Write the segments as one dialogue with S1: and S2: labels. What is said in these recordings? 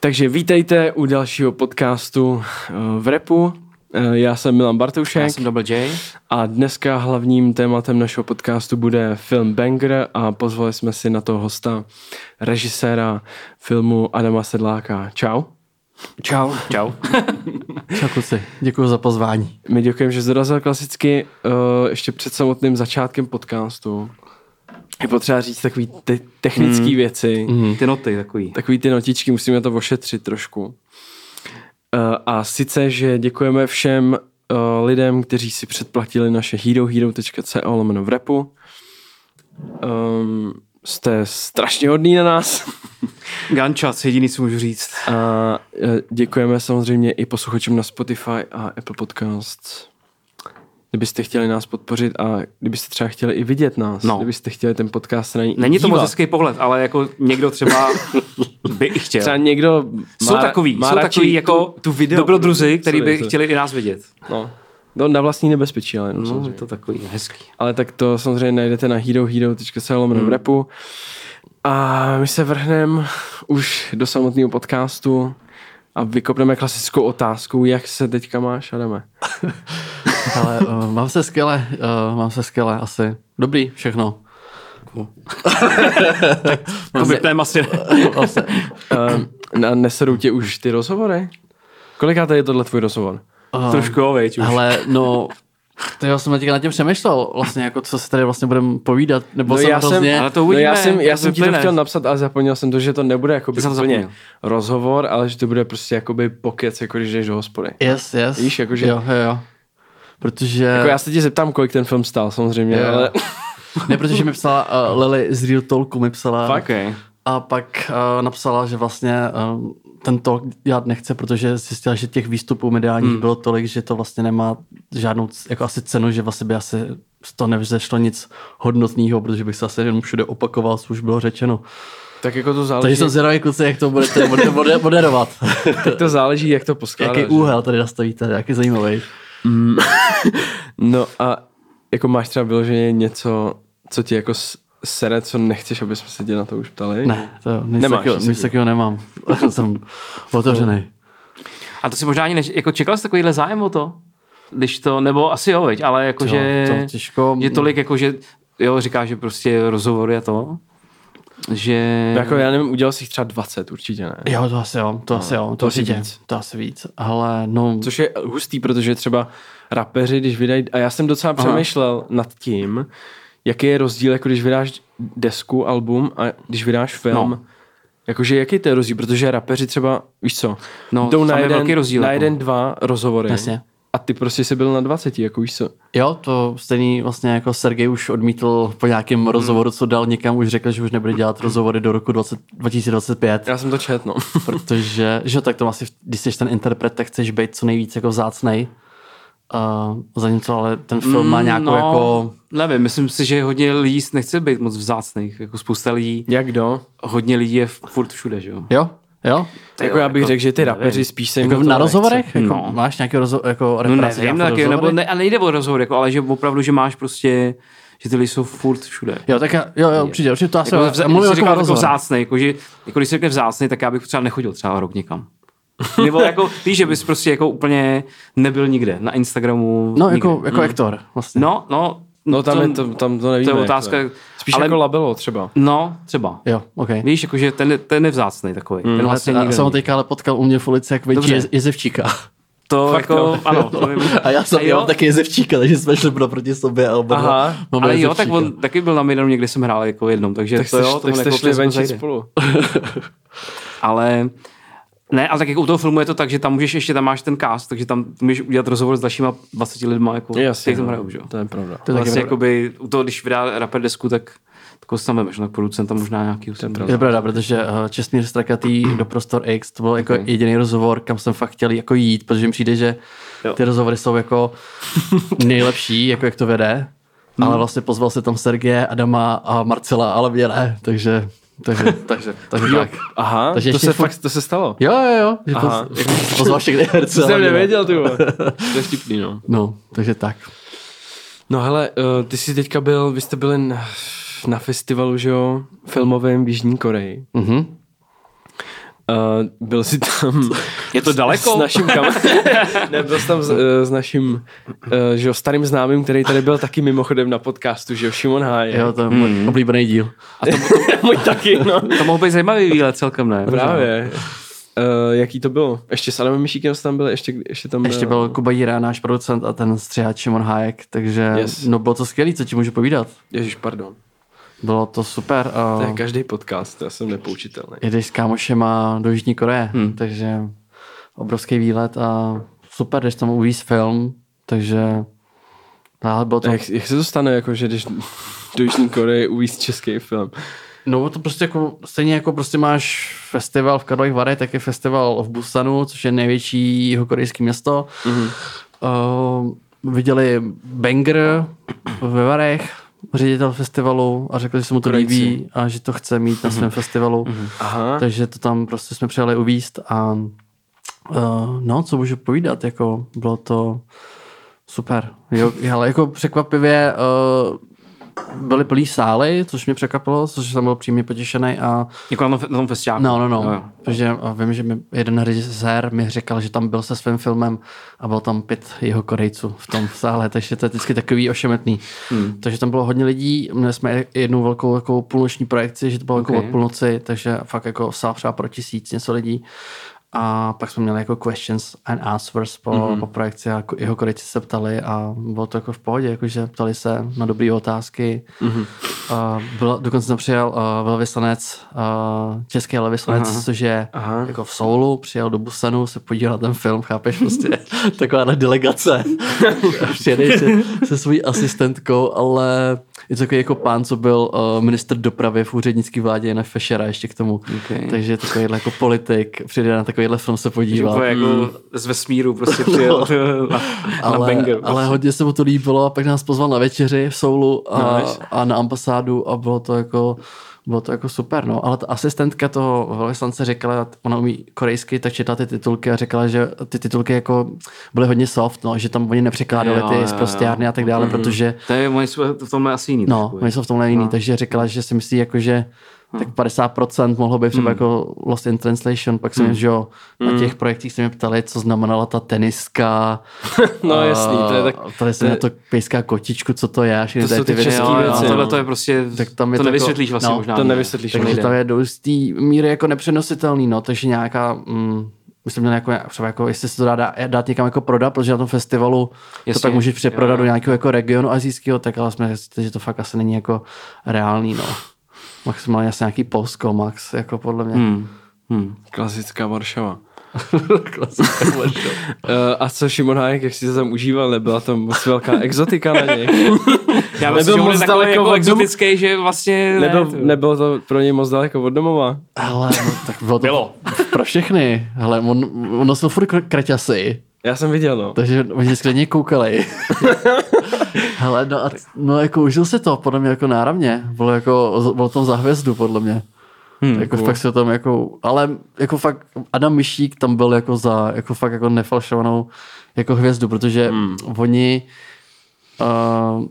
S1: Takže vítejte u dalšího podcastu eh, v repu. Eh, Já jsem Milan Bartoušek
S2: Já jsem Double J.
S1: a dneska hlavním tématem našeho podcastu bude film Banger a pozvali jsme si na to hosta, režiséra filmu Adama Sedláka. Čau.
S3: Čau.
S2: Čau.
S3: Čau kluci. Děkuji za pozvání.
S1: My děkujeme, že dorazil klasicky uh, ještě před samotným začátkem podcastu. Je potřeba říct takové te- technické
S2: Mm.
S1: hmm. věci.
S2: Hm, Ty noty takový.
S1: takový ty notičky, musíme to ošetřit trošku. Eh, A sice, že děkujeme všem eh, lidem, kteří si předplatili naše herohero.co lomeno v repu. Um, jste strašně hodný na nás.
S2: Gančas, jediný, co můžu říct.
S1: A eh, děkujeme samozřejmě i posluchačům na Spotify a Apple Podcast. Kdybyste chtěli nás podpořit a kdybyste třeba chtěli i vidět nás, no.
S2: No.
S1: kdybyste chtěli ten podcast na ní
S2: Není to
S1: dívat.
S2: moc hezký pohled, ale jako někdo třeba by i chtěl.
S1: Třeba někdo
S2: Jsou takový, jsou
S1: radši
S2: takový jako
S1: tu, tu video,
S2: dobrodruzi, který
S1: Sorry,
S2: by
S1: sorry.
S2: chtěli i nás vidět.
S1: No. No, na vlastní nebezpečí, ale jenom
S2: No,
S1: samozřejmě.
S2: je to takový hezký.
S1: Ale tak to samozřejmě najdete na herohero.se lomeno v repu. A my se vrhneme už do samotného podcastu a vykopneme klasickou otázku, jak se teďka máš, Adame.
S3: Ale uh, mám se skvěle, uh, mám se skvěle asi. Dobrý, všechno.
S2: To Jako vypneme asi.
S3: Asi.
S2: Vlastně-
S1: A neserou tě už ty rozhovory? Kolikáte je tohle tvůj rozhovor?
S2: Trošku jo, veď už.
S3: Ale no, to já jsem teďka nad tím přemýšlel, vlastně jako co se tady vlastně budeme povídat, nebo no, jsem hrozně...
S2: ale
S3: Jsem,
S2: to
S1: no já
S2: uvidíme,
S1: jsem, já
S2: jak
S1: jsem ti to
S2: vyplyne.
S1: chtěl napsat, ale zapomněl jsem to, že to nebude jako
S2: jsem
S1: úplně
S2: zapomněl.
S1: rozhovor, ale že to bude prostě jakoby pokec, jako když jdeš do hospody.
S3: yes, yes.
S1: Víš, jakože-
S3: Jo, jo, jo. Protože...
S1: Jako já se tě zeptám, kolik ten film stál, samozřejmě,
S3: Jo.
S1: ale...
S3: Ne, protože mi psala uh, Lily z Real Talku, mi psala...
S1: Fakt?
S2: Okay.
S3: A pak uh, napsala, že vlastně um, ten talk dělat nechce, protože zjistila, že těch výstupů mediálních hmm. bylo tolik, že to vlastně nemá žádnou c- jako asi cenu, že vlastně by asi z toho nevzešlo nic hodnotného, protože bych se asi jenom všude opakoval, co už bylo řečeno.
S1: Tak jako to záleží,
S3: Takže jsem zvědavý, kluci, jak to budete mode- mode- moderovat.
S1: tak to záleží, jak to poskládáš.
S3: Jaký úhel tady nastavíte, jaký zajímavý.
S1: No a jako máš třeba vyloženě něco, co ti jako s- sere, co nechceš, aby jsme se tě na to už ptali?
S3: Ne, to jo, nic,
S1: Nemáš
S3: takového,
S1: nic
S3: nic takového nemám. jsem otevřený.
S2: A to si možná ani než, jako čekal jsi takovýhle zájem o to? Když to, nebo asi jo, veď, ale
S3: Jo,
S2: jakože...
S3: to těžko.
S2: Je tolik jako, že jo, říká, že prostě rozhovory a to, že...
S1: No Jako já nevím, udělal jsi jich třeba 20, určitě ne.
S3: Jo, to asi jo, to asi jo, to,
S1: to asi
S3: určitě.
S1: víc.
S3: To asi víc, ale no...
S1: Což je hustý, protože třeba rapeři, když vydají, a já jsem docela přemýšlel nad tím, jaký je rozdíl, jako když vydáš desku, album a když vydáš film,
S2: No.
S1: no. Jakože jaký to je rozdíl, protože rapeři třeba, víš co,
S2: No,
S1: jdou
S2: tam
S1: na
S2: je
S1: jeden,
S2: velký rozdíl,
S1: na
S2: jako.
S1: jeden, dva rozhovory
S3: Jasně.
S1: a ty prostě jsi byl na 20, jako víš co.
S3: Jo, to stejný vlastně jako Sergej už odmítl po nějakém
S2: Mhm.
S3: hmm. rozhovoru, co dal někam, už řekl, že už nebude dělat rozhovory do roku 20, 2025,
S1: Já jsem to četl, no.
S3: protože, že tak to asi, když jsi ten interpret, tak chceš být co nejvíc jako vzácnej. Uh, zatímco ale ten film má nějakou no. jako...
S2: Mm, Nevím, myslím si, že hodně lidí nechce být moc vzácných. Jako spousta lidí,
S1: Jak do?
S2: hodně lidí je furt všude, že jo?
S3: Jo? Jo?
S2: Ty
S1: jako
S2: jo,
S1: já bych
S2: jako-
S1: řekl, že ty
S2: nevím.
S1: rapeři spíš se jim
S3: Jako
S1: do
S3: na
S1: toho
S3: rozhovorech?
S1: nechce.
S3: Jako,
S2: No.
S3: Máš nějaký rozho- jako
S2: No
S3: repráci?
S2: nevím, tak, nebo ne, a nejde o rozhovor, jako, ale že opravdu, že máš prostě, že ty lidi jsou furt všude.
S3: Jo, tak já, jo, jo, určitě, určitě to asi...
S2: Jako,
S3: já
S2: vza,
S3: mluvím
S2: mluvím
S3: jako o
S2: říkal, jako
S3: rozhovorech.
S2: vzácnej, jako, že, jako když se řekne vzácnej, tak já bych třeba nechodil třeba rok nikam. Nebo jako, víš, že bys prostě jako úplně nebyl nikde, na Instagramu.
S3: No,
S2: nikde.
S3: jako, jako aktor vlastně.
S2: Mhm. No, no.
S1: No tam, je, to, tam to nevíme.
S2: to je
S1: jak
S2: otázka.
S1: Spíš ale...
S2: ale-
S1: jako labelo třeba.
S2: No, třeba.
S3: Jo, okay.
S2: Víš, jakože ten, ten je vzácný takový. Mm, ten
S3: Ale
S2: vlastně
S3: a-
S2: nikdo
S3: jsem ho
S2: není.
S3: teďka ale potkal u mě v ulici, jak větší
S2: Dobře.
S3: Jez- Jezevčíka.
S2: To
S1: Fakt
S2: jako,
S1: jo.
S2: ano. To vím.
S3: A já jsem
S2: A jo,
S3: měl taky Jezevčíka, takže jsme šli pro proti sobě. A oba
S1: Aha,
S3: dva máme
S2: ale jo, tak
S3: Jezevčíka.
S2: on taky byl na Maidanu, někdy jsem hrál jako jednou, takže
S1: Tak
S2: to
S1: jste,
S2: jo,
S1: tak
S2: tomu
S1: jste
S2: jako
S1: šli
S2: občas
S1: venčit
S2: zajde.
S1: spolu.
S2: Ale ne, ale tak jako u toho filmu je to tak, že tam můžeš ještě, tam máš ten cast, takže tam můžeš udělat rozhovor s dalšíma 20 lidma, jako,
S1: Jasně,
S2: kteří tam
S1: no,
S2: hrajou, že jo.
S1: to je pravda.
S3: To je taky
S2: Vlastně
S3: pravda.
S2: jakoby, u toho, když vydá rapper desku, tak takovou si tam vemeš, no, producenta možná nějaký.
S3: Je pravda, protože uh, Čestmír Strakatý do Prostor X, to byl jako jediný rozhovor, kam jsem fakt chtěl jako jít, protože mi přijde, že
S2: Jo.
S3: ty rozhovory jsou jako nejlepší, jako jak to vede. Ale vlastně pozval se tam Sergeje, Adama a Marcela, ale mě ne, takže, takže, takže, takže tak.
S1: Aha,
S3: Takže
S1: to
S3: ještě
S1: se
S3: furt-
S1: fakt, to se stalo.
S3: Jo, jo, jo, že
S1: Aha.
S3: poz, pozval všechny herce.
S1: To
S3: ale
S1: jsem
S3: mě ne.
S1: nevěděl, ty vole. To je vtipný, no.
S3: No, takže tak.
S1: No hele, eh, ty jsi teďka byl, vy jste byli na, na festivalu, že jo, filmovém v Jižní Koreji.
S3: Mhm.
S1: Eh, Uh, byl jsi tam
S2: Je to
S1: s
S2: daleko?
S1: naším kamarádem, ne, byl jsi tam s, uh, s naším uh, že jo, starým známým, který tady byl taky mimochodem na podcastu, že jo, Šimon Háje.
S3: Jo, to je Mhm. můj oblíbený díl.
S1: Můj taky, no.
S2: To mohl být zajímavý výlet celkem, ne?
S1: Právě. Uh, jaký to bylo? Ještě s Adamem Mišíkem jste tam byl, ještě, ještě tam
S3: Ještě byl Kuba Jira, náš producent a ten střihač Šimon Hájek, takže
S1: Yes.
S3: yes. no bylo to skvělé, co ti můžu povídat.
S1: Ježíš, pardon.
S3: Bylo to super. a-
S1: To je každý podcast, já jsem nepoučitelný.
S3: jedeš s kámošema do Jižní Koreje, hmm. takže obrovský výlet a super, jdeš tam uvíz film, takže ale bylo to,
S1: A jak, jak se to stane, jako, že když do Jižní Koreje uvíz český film?
S3: no to prostě jako, stejně jako prostě máš festival v Karlových Varech, tak je festival v Busanu, což je největší jihokorejské město. Mm-hmm. Uh, viděli Banger ve Varech, ředitel festivalu a řekl, že se mu to
S1: Korejci.
S3: líbí a že to chce mít na svém festivalu.
S1: Aha.
S3: Takže to tam prostě jsme přijeli uvíst a uh, no, co můžu povídat, jako bylo to super. Jo, ale jako překvapivě uh, byly plný sály, což mě překvapilo, což jsem byl přímě potěšený a
S2: Jako na tom, na tom festiáku.
S3: no, no, no,
S2: Jo, jo.
S3: protože a vím, že mi jeden režisér mi říkal, že tam byl se svým filmem a bylo tam pět jeho Korejců v tom sále, takže to je vždycky takový ošemetný. Hmm. Takže tam bylo hodně lidí, měli jsme jednu velkou jako půlnoční projekci, že to bylo jako
S2: Okay.
S3: od půlnoci, takže fakt jako sál třeba pro tisíc něco lidí. A pak jsme měli jako questions and answers po, mm-hmm. po projekci a jako jeho korejci se ptali a bylo to jako v pohodě, jakože ptali se na dobré otázky. Mm-hmm. Uh, byl, dokonce tam přijel uh, velvyslanec, uh, český velvyslanec, Aha. což je
S1: Aha.
S3: Aha. jako v Soulu, přijel do Busanu, se podíval na ten film, chápeš, prostě taková delegace. Přijedeš se, se svojí asistentkou, ale je to takový jako pán, co byl uh, minister dopravy v úřednické vládě Jana Fešera ještě k tomu.
S2: Okay.
S3: Takže takovýhle jako politik přijde na takovýhle film se
S2: Že
S3: podívat.
S2: úplně jako z vesmíru prostě přijel na, na
S3: ale,
S2: banger. prostě.
S3: ale hodně se mu to líbilo a pak nás pozval na večeři v Soulu a,
S2: Nice.
S3: a na ambasádu a bylo to jako bylo to jako super, no. Ale ta asistentka toho velvyslance řekla, ona umí korejsky, tak četla ty titulky a řekla, že ty titulky jako byly hodně soft, no, že tam oni nepřekládali
S2: Jo,
S3: ty
S2: jo, jo. Mhm.
S3: zprostěrny a tak dále, protože
S2: To je, oni jsou v tomhle asi jiný.
S3: No,
S2: trošku, je.
S3: oni jsou v tomhle jiný, no. takže řekla, že si myslí, jako, že
S1: No.
S3: tak 50% mohlo být
S1: Hmm.
S3: třeba jako Lost in Translation, pak jsem, že jo, na těch projektích se mě ptali, co znamenala ta teniska.
S1: No
S3: a
S1: jasný, to je tak-
S3: Ptali se
S1: to je-
S3: na to pejská kotičku, co to je. a všechny
S1: To
S3: tady
S1: jsou ty
S3: věci.
S1: český
S2: Jo, jo,
S1: věci,
S2: tohle
S1: no.
S2: to je prostě,
S3: Tak
S2: tam
S3: tam je
S2: to
S3: to jako-
S2: nevysvětlíš vlastně
S3: no,
S2: možná.
S1: to
S2: ani.
S1: nevysvětlíš,
S2: Takže
S1: no.
S3: Takže
S2: to
S3: to je do jistý míry jako nepřenositelný, no, takže nějaká, mm, myslím, že jako, třeba jako, jestli se to dá, dá dát někam jako prodat, protože na tom festivalu Jasně,
S2: Jasně,
S3: to pak můžeš
S2: jo,
S3: přeprodat
S2: jo.
S3: do nějakého jako regionu azijského, tak ale jsme řekli, že to fakt asi není jako reálný, no. Maximálně asi nějaký Polsko, max, jako podle mě. Hmm.
S1: Klasická Varšava. Eh, a co Šimon Hájek, jak jsi to tam užíval, nebyla tam moc velká exotika na něj?
S2: Já
S1: Nebyl
S2: myslím, že on
S1: moc
S2: je takový
S1: daleko od
S2: jako
S1: domu.
S2: exotický, že vlastně
S1: Nebyl,
S2: ne, ne,
S1: nebylo to pro něj moc daleko od domova?
S3: Ale no, tak bylo to
S2: Bylo.
S3: pro všechny. Hele, on, on nosil furt kr- kraťasy,
S1: Já jsem viděl, no.
S3: takže oni vždycky na něj koukali. Hele, no, a, no jako užil si to, podle mě jako náramně. Bylo jako, bylo tam za hvězdu, podle mě. Hmm, jako cool. fakt se tam jako, ale jako fakt Adam Myšík tam byl jako za, jako fakt jako nefalšovanou jako hvězdu, protože hmm. oni uh,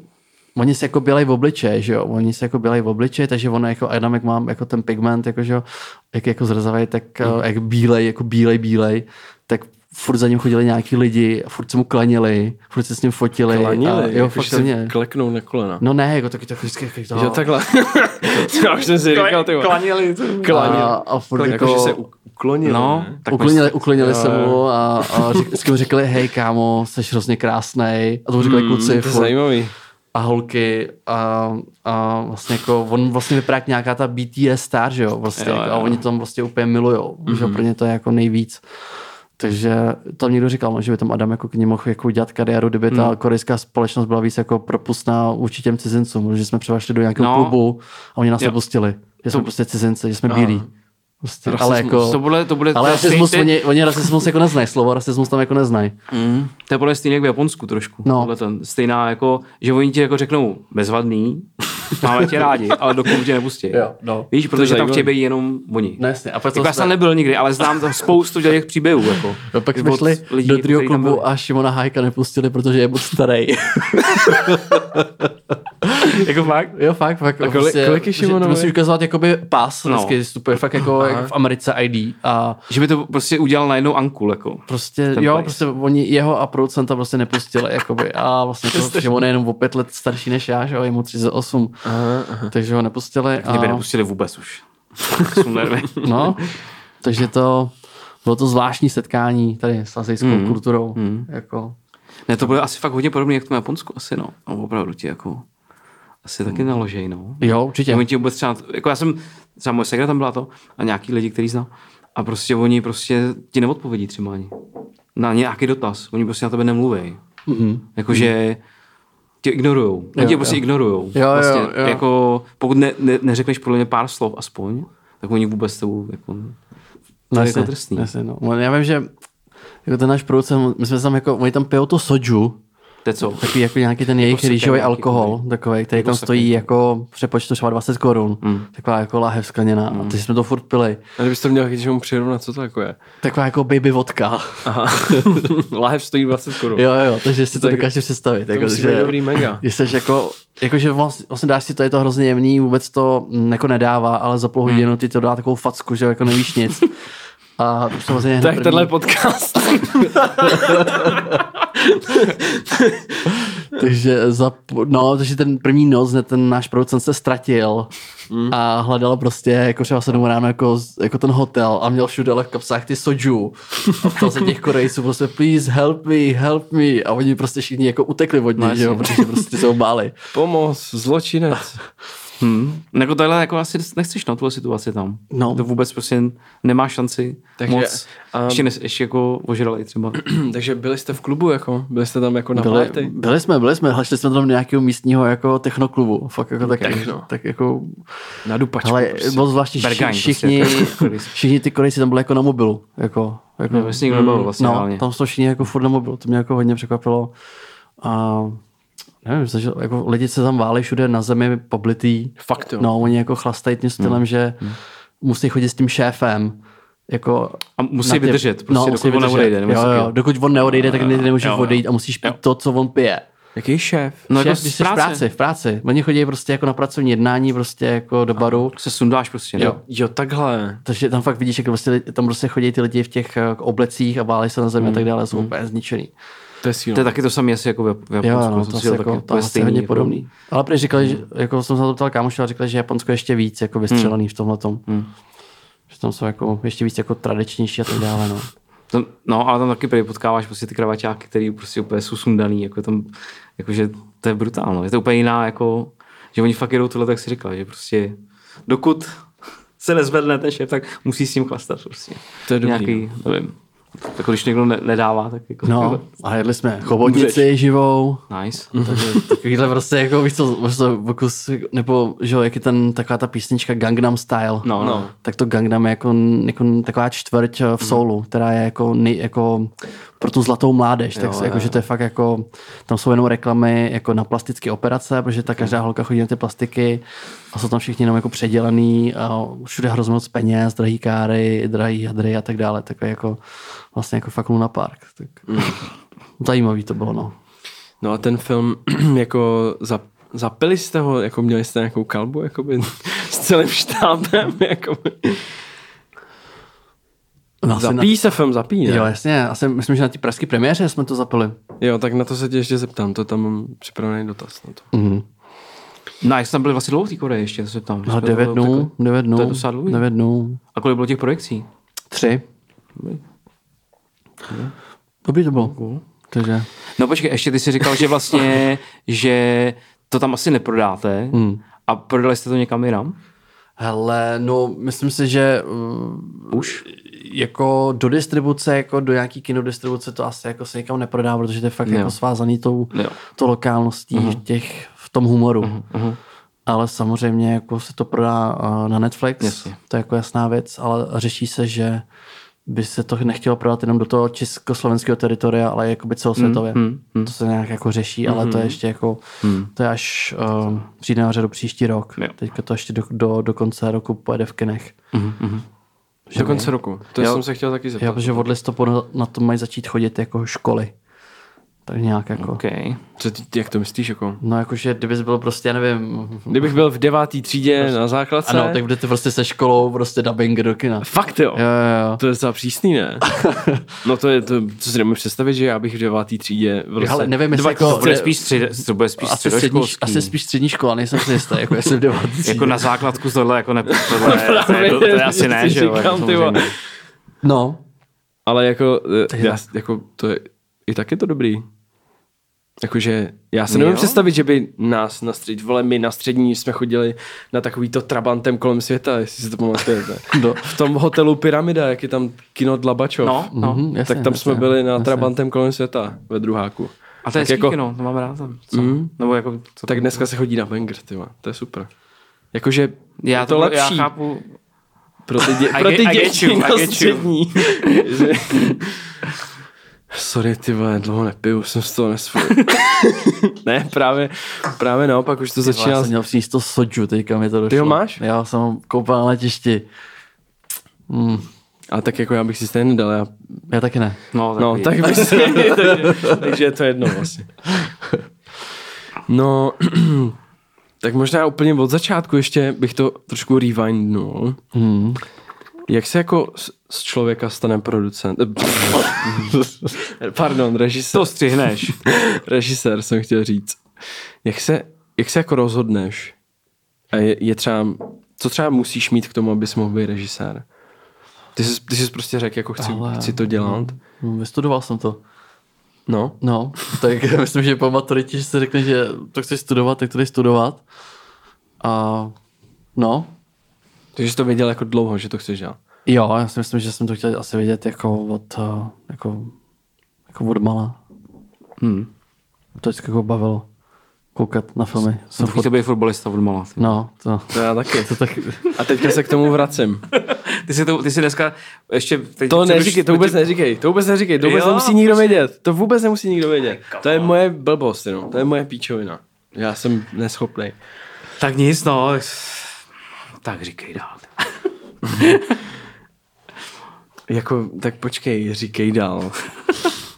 S3: oni se jako bělej v obličeji, že jo, oni se jako bělej v obličeji, takže on jako Adam, jak mám jako ten pigment, jako že jo, jak je jako zrzavej, tak hmm. jak bílej, jako bílej, bílej, tak furt za ním chodili nějaký lidi, furt se mu klanili, furt se s ním fotili. a,
S1: Klanili,
S3: jo,
S1: jako,
S3: fakt
S1: že se
S3: se
S1: kleknou na kolena.
S3: No ne, jako taky to vždycky jako to...
S1: Jo, takhle. Já už jsem si říkal, ty vole.
S2: klanili. to-
S1: Klanil.
S3: A- a furt
S1: Jako,
S3: jako-
S1: že se u- uklonil.
S2: No,
S1: ne?
S2: tak
S3: uklonili,
S2: myslím-
S3: uklonili se
S1: Eh.
S3: mu a, a řek, vždycky mu řekli, hej kámo, jsi hrozně krásnej. A to mu řekli kluci
S1: Hmm, To je
S3: furt
S1: zajímavý.
S3: a holky a, a vlastně jako, on vlastně vypadá jak nějaká ta BTS star, že jo, vlastně,
S2: Jo,
S3: jo, jako,
S2: jo. Mhm.
S3: a oni tam vlastně úplně milujou, mm-hmm. že jo, pro ně to je jako nejvíc. Takže tam někdo říkal, no, že by tam Adam jako k ní mohl jako dělat kariéru, kdyby ta
S2: Mhm.
S3: korejská společnost byla víc jako propustná vůči těm cizincům, že jsme třeba šli do nějakého
S2: No.
S3: no. klubu a oni nás
S2: Jo.
S3: nepustili, že jsme prostě cizinci, že jsme bílí. Prostě, ale
S1: Rasismus.
S3: jako...
S2: To bude, to bude
S3: Ale
S2: to
S3: rasismus,
S2: stejný-
S3: oni, oni rasismus jako neznají, slovo rasismus tam jako neznají.
S2: Mm, to je podle stejný jak v Japonsku trošku.
S3: No.
S2: Tohle ten, stejná jako, že oni ti jako řeknou bezvadný, máme tě rádi, ale dokud tě nepustí.
S3: Jo, no.
S2: Víš, protože tam
S1: zajímavý.
S2: chtějí být jenom oni.
S3: No jasně, a pak
S2: Jako já jsem nebyl nikdy, ale znám tam spoustu těch příběhů. Jako,
S3: No, pak jsme
S2: Od
S3: šli
S2: lidí,
S3: do druhého
S2: kteří tam byli.
S3: klubu a Šimona Hájka nepustili, protože je moc starý.
S2: Jako fakt?
S3: jo, fakt, fakt. A
S2: Jako
S1: kolik- kolik je Šimonovi?
S3: Musíš prostě ukazovat jakoby pás,
S2: No.
S3: no. vždycky vystupuje fakt jako, jako v Americe ID a
S2: Že by to prostě udělal najednou Ankul, jako.
S3: prostě,
S2: Ten
S3: jo,
S2: place.
S3: prostě oni jeho a producenta prostě nepustili, jakoby, a vlastně to, že on je jenom o pět let starší než já, že jo, je mu 38,
S1: Aha, aha.
S3: takže ho nepustili
S2: Mě by
S3: a,
S2: nepustili vůbec už. Jsou nervy.
S3: no, takže to bylo to zvláštní setkání tady s azijskou
S2: Mhm.
S3: kulturou, jako,
S2: ne, to bude asi fakt hodně podobné jak v tom Japonsku, asi no. A opravdu ti jako asi taky naložej, no.
S3: jo, určitě,
S2: Tě. Oni ti vůbec třeba, jako já jsem, třeba moje segra tam byla to a nějaký lidi, který znal. A prostě oni prostě ti neodpovědí třeba ani. Na nějaký dotaz. Oni prostě na tebe nemluví. Mm-hmm. Jakože tě ignorujou. Oni
S3: Mhm. Jo,
S2: tě prostě
S3: jo.
S2: ignorujou.
S3: Jo, jo,
S2: vlastně,
S3: jo.
S2: Jako, pokud ne, ne, neřekneš podle mě pár slov aspoň, tak oni vůbec s tebou jako, to je jako drsný.
S3: jasně, no. On- Já vím, že jako ten náš producent, my jsme tam jako, oni tam pijou to soju,
S2: To je co?
S3: takový jako nějaký ten jejich
S2: Prostě
S3: rýžový
S2: nějaký
S3: alkohol, takový, který tam
S2: Prostě
S3: stojí jako v přepočtu třeba 20 korun,
S1: Mm.
S3: taková jako láhev skleněná, a ty jsme to furt pili.
S1: A kdybyste to měl k něčemu přirovnat, co to jako je?
S3: Taková jako baby vodka.
S1: Aha. Láhev stojí 20 korun.
S3: Jo, jo, takže si to
S1: Tak-
S3: dokážu představit.
S1: To
S3: Jako,
S1: musí být
S3: že,
S1: dobrý mega.
S3: že seš jako, jakože vlastně, vlastně dáš si to, je to hrozně jemný, vůbec to mm, jako nedává, ale za půl
S1: Mm.
S3: hodinu ti to dá takovou facku, že jako nevíš nic. A to samozřejmě hned
S1: Tak
S3: první-
S1: tenhle podcast.
S3: Takže za, no, takže ten první noc, ne, ten náš producent se ztratil mm. a hledal prostě jako třeba sedm ráno jako, jako ten hotel a měl všude ale v kapsách ty soju a ptal se těch korejců prostě please help me, help me a oni prostě všichni jako utekli od něj,
S2: No,
S3: že jo,
S2: jasně.
S3: protože prostě se ho báli.
S1: Pomoc, zločinec.
S2: Hmm. Jako tohle jako asi nechceš na tuhle situaci tam.
S3: No.
S2: To vůbec prostě nemá šanci
S1: Takže,
S2: Takže, moc.
S1: a-
S3: ehm,
S2: Um, ještě, nes, ještě jako ožrali třeba.
S1: Takže byli jste v klubu, jako? Byli jste tam jako na
S3: Byli,
S1: party?
S3: byli jsme, byli jsme, hledali jsme tam do nějakého místního jako technoklubu, fakt jako tak,
S2: no.
S1: Techno.
S3: tak jako,
S1: Na dupačku.
S3: ale
S1: prostě.
S3: bylo zvláštní,
S2: Berghain prostě,
S3: všichni,
S2: to je jako-
S3: všichni ty korejci tam byli jako na mobilu, jako, jako
S2: No, vlastně nikdo nebyl vlastně
S3: No,
S2: reálně.
S3: tam jsou všichni jako furt na mobilu, to mě jako hodně překvapilo. A nevím, zažil, jako lidi se tam válí všude na zemi poblitý.
S1: Fakt jo.
S3: No, oni jako chlastají tím stylem,
S2: Hmm.
S3: že musí chodit s tím šéfem. Jako
S2: A musí
S3: na no,
S2: vydržet, prostě, dokud on neodejde, nebo
S3: Jo,
S2: něco
S3: jo,
S2: takového.
S3: dokud on neodejde, tak
S2: Jo,
S3: ne-
S2: jo,
S3: nemůžeš
S2: jo.
S3: odejít a musíš pít to, co on pije.
S1: Jaký šéf?
S2: No
S3: Šéf,
S2: jako
S3: když
S2: z
S3: jsi v práci, v práci. Oni chodí prostě jako na pracovní jednání, prostě jako do baru.
S2: Se sundáš prostě, ne?
S3: Jo.
S1: Jo, takhle.
S3: Takže tam fakt vidíš, jak prostě, li- tam prostě chodí ty lidi v těch eh, oblecích a válí se na
S2: Hmm.
S3: zemi a tak dále, jsou úplně zničený.
S1: To je síla.
S2: To je taky to samé asi jako v Jap- v Japonsku.
S3: Jo, no,
S2: jsem
S3: to,
S2: si
S3: asi
S2: dělal
S3: jako,
S2: taky,
S3: to je stejný, hodně podobný. Ale prý říkali, že, jako jsem se na to ptal kámoši, a říkali, že Japonsko je ještě víc jako vystřelený v tomhle tom. Že tam jsou jako ještě víc jako tradičnější a tak dále. No.
S2: Tam, no, ale tam taky prý potkáváš prostě ty kravaťáky, který prostě úplně jsou sundaný, jako tam, jakože to je brutálno. Je to úplně jiná, jako, že oni fakt jedou tohle, tak si říkal, že prostě dokud se nezvedne ten šéf, tak musí s ním chlastat prostě.
S1: To je dobrý, no.
S2: Nějaký, nevím. Tak když někdo ne- nedává, tak jako
S3: no Mm. a jedli jsme chobotnici živou.
S2: nice.
S3: Takže takovýhle prostě jako, víš co, prostě pokus, nebo že jo, jak je ten, taková ta písnička Gangnam Style.
S2: No, no. Mhm.
S3: Tak to Gangnam je jako, jako taková čtvrť eh, v Soulu, která je jako, nej, jako pro tu zlatou mládež. Tak se- jako, že to je fakt jako, tam jsou jenom reklamy jako na plastické operace, protože ta každá holka chodí na ty plastiky a jsou tam všichni jenom jako předělaný a všude hrozně moc peněz, drahý káry, drahý hadry a tak dále. Takový jako vlastně jako fakt Luna Park. Tak.
S2: Mhm.
S3: Zajímavý to bylo, no.
S1: No a ten film, jako za, zapili jste ho, jako měli jste nějakou kalbu, jakoby, s celým štábem, jako jakoby.
S3: Asi na-
S1: Zapíjí se film, zapíjí, ne?
S3: Jo, jasně, asi myslím, že na té pražské premiéře jsme to zapili.
S1: jo, tak na to se tě ještě zeptám, to tam mám připravený dotaz na to.
S3: Mhm.
S2: Nice, tam byly vlastně dlouho v té Koreji ještě, to se tam.
S3: No, 9 dnů, 9 dnů,
S2: to je docela dlouhý.
S3: 9 dnů,
S2: A kolik bylo těch projekcí?
S3: 3. Dobrý to bylo. Takže,
S2: No počkej, ještě ty jsi říkal, že vlastně, že to tam asi neprodáte
S3: Hmm.
S2: a prodali jste to někam jinam?
S3: hele, no, myslím si, že uh, už jako do distribuce, jako do nějaký kinodistribuce to asi jako se nikam neprodá, protože to je fakt jako svázaný tou,
S2: Jo. Mhm.
S3: tou lokálností v těch, v tom humoru. Ale samozřejmě jako se to prodá eh, na Netflix,
S2: Jasně.
S3: to je jako jasná věc, ale řeší se, že by se to nechtělo prodat jenom do toho československého teritoria, ale jakoby celosvětově.
S2: Mhm,
S3: To se nějak jako řeší, ale to je ještě jako, to je až uh, přijde na řadu příští rok.
S2: Jo.
S3: Teďka to ještě do, do, do konce roku pojede v kinech.
S1: Do konce roku, to
S3: Jo.
S1: jsem se chtěl taky zeptat.
S3: Jo, protože od listopadu na to mají začít chodit jako školy. Tak nějak jako.
S2: OK.
S1: Co ty, jak to myslíš? Jako?
S3: No jakože, kdybys byl prostě, já nevím,
S1: Kdybych byl v devátý
S2: Prostě-
S1: třídě na základce,
S3: ano, tak budete prostě se školou prostě dubbing do kina.
S1: fakt jo.
S3: Jo, jo, jo.
S1: To je za přísný, ne? No to je, to, co si nemůžu představit, že já bych v devátý třídě v roce...
S3: Ale nevím, jestli
S1: dva-
S3: jako...
S2: To bude spíš, střed, to bude spíš
S3: asi, střední,
S2: středoškolský.
S3: asi spíš střední škola, nejsem si jistý, jako jestli v devátý
S2: Jako na základku z tohle, jako ne, tohle,
S1: právě,
S2: to, je- to, to, je asi
S1: si
S2: ne, že jo, jako
S1: říkám, ty vole.
S2: samozřejmě.
S3: No,
S1: Ale jako, eh,
S3: Takže
S1: já, jako to je, i tak je to dobrý. Jakože já se nemůžu
S2: Jo.
S1: představit, že by nás na střední, vole, my na střední jsme chodili na takovýto trabantem kolem světa, jestli si to pamatujete.
S3: do,
S1: V tom hotelu Pyramida, jak je tam kino Dlabačov,
S2: No, no.
S3: mhm, jasně,
S1: tak tam
S3: jasně,
S1: jsme byli na
S3: jasně.
S1: trabantem kolem světa ve druháku.
S2: A to je
S1: tak,
S2: hezký kino, to mám rád. Tam, co?
S1: Mm.
S2: Nebo jako, co?
S1: tak dneska se chodí na banger, tyma. to je super. Jakože
S2: já
S1: je to, lepší.
S2: Já chápu,
S1: Pro ty, dě-
S2: I
S1: pro
S2: get-
S1: ty
S2: I get
S1: děti
S2: you, I
S1: na
S2: get you.
S1: střední. Že- Sorry, ty vole, dlouho nepiju, jsem z toho nesvůj. ne, právě, právě naopak, už to
S3: Vole, No, Já
S1: začíná.
S3: jsem měl přinést to soju, teďka mi to došlo.
S1: ho máš?
S3: Já jsem ho koupil na letišti. Mm,
S1: A tak jako já bych si stejně nedal. Já...
S3: já taky ne.
S2: no, tak,
S1: No, tak bych si, takže, takže je to jedno vlastně. No, tak možná úplně od začátku ještě bych to trošku rewindnul.
S3: Mm.
S1: Jak se jako z, z člověka stane producent? Eh, pff, Pardon, režisér.
S2: to střihneš.
S1: režisér jsem chtěl říct. Jak se, jak se jako rozhodneš? A je, je třeba, co třeba musíš mít k tomu, abys mohl být režisér? Ty jsi, ty jsi prostě řekl, jako chci,
S3: Ale-
S1: chci to dělat.
S3: Mm, Vystudoval jsem to.
S1: No,
S3: No, tak myslím, že po maturitě že se řekne, že to chceš studovat, tak to jdeš studovat. A no,
S1: takže jsi to věděl jako dlouho, že to chceš dělat.
S3: jo, já si myslím, že jsem to chtěl asi vědět jako od, eh, jako, jako od mala.
S2: Hmm.
S3: To vždycky jako bavilo koukat na filmy. Jsem
S2: Jsem
S3: furt,
S2: chtěl být fotbalista od mala. ty.
S3: no, to,
S1: To já taky.
S3: to tak,
S1: A teďka se k tomu vracím.
S2: Ty si, to, ty si dneska ještě... Teď
S1: To
S2: přeruš-
S1: neříkej, to vůbec neříkej, to vůbec neříkej, to vůbec
S2: Jo,
S1: nemusí nikdo vědět. To vůbec nemusí nikdo vědět. To je moje blbost, jenom. to je moje píčovina. Já jsem neschopný.
S2: Tak nic, no. Tak říkej dál.
S1: Jako, tak počkej, říkej dál.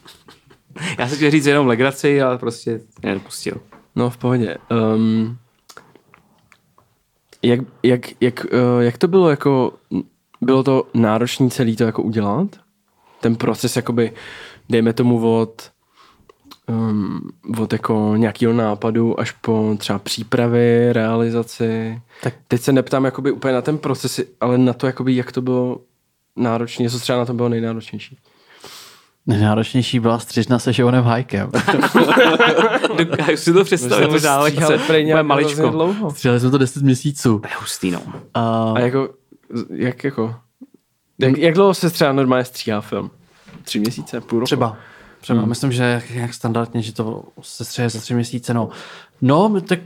S2: Já jsem chtěl říct jenom legraci, ale prostě mě nepustil.
S1: No, v pohodě. Um, jak, jak, jak, uh, jak to bylo jako, bylo to náročný celý to jako udělat? Ten proces jakoby, dejme tomu od, um, od jako nějakého nápadu až po třeba přípravy, realizaci.
S3: Tak-
S1: Tak. Teď se neptám jakoby úplně na ten proces, ale na to jakoby, jak to bylo náročné, co třeba na tom bylo nejnáročnější.
S3: Nejnáročnější byla střižna se Ševonem Hajkem.
S2: Dok- Já už si to představil, to dálek,
S1: Stříhal prej
S2: úplně
S1: nějak hrozně
S2: maličko.
S1: dlouho.
S3: Stříhali jsme to 10 měsíců.
S2: To je Hustý, no.
S3: A
S1: A jako, jak jako? Jak, jak dlouho se třeba normálně stříhá film? Tři měsíce, půl roku?
S3: třeba. Třeba. Hmm. Myslím, že jak, jak standardně, že to se střeje za tři měsíce. No, no my tak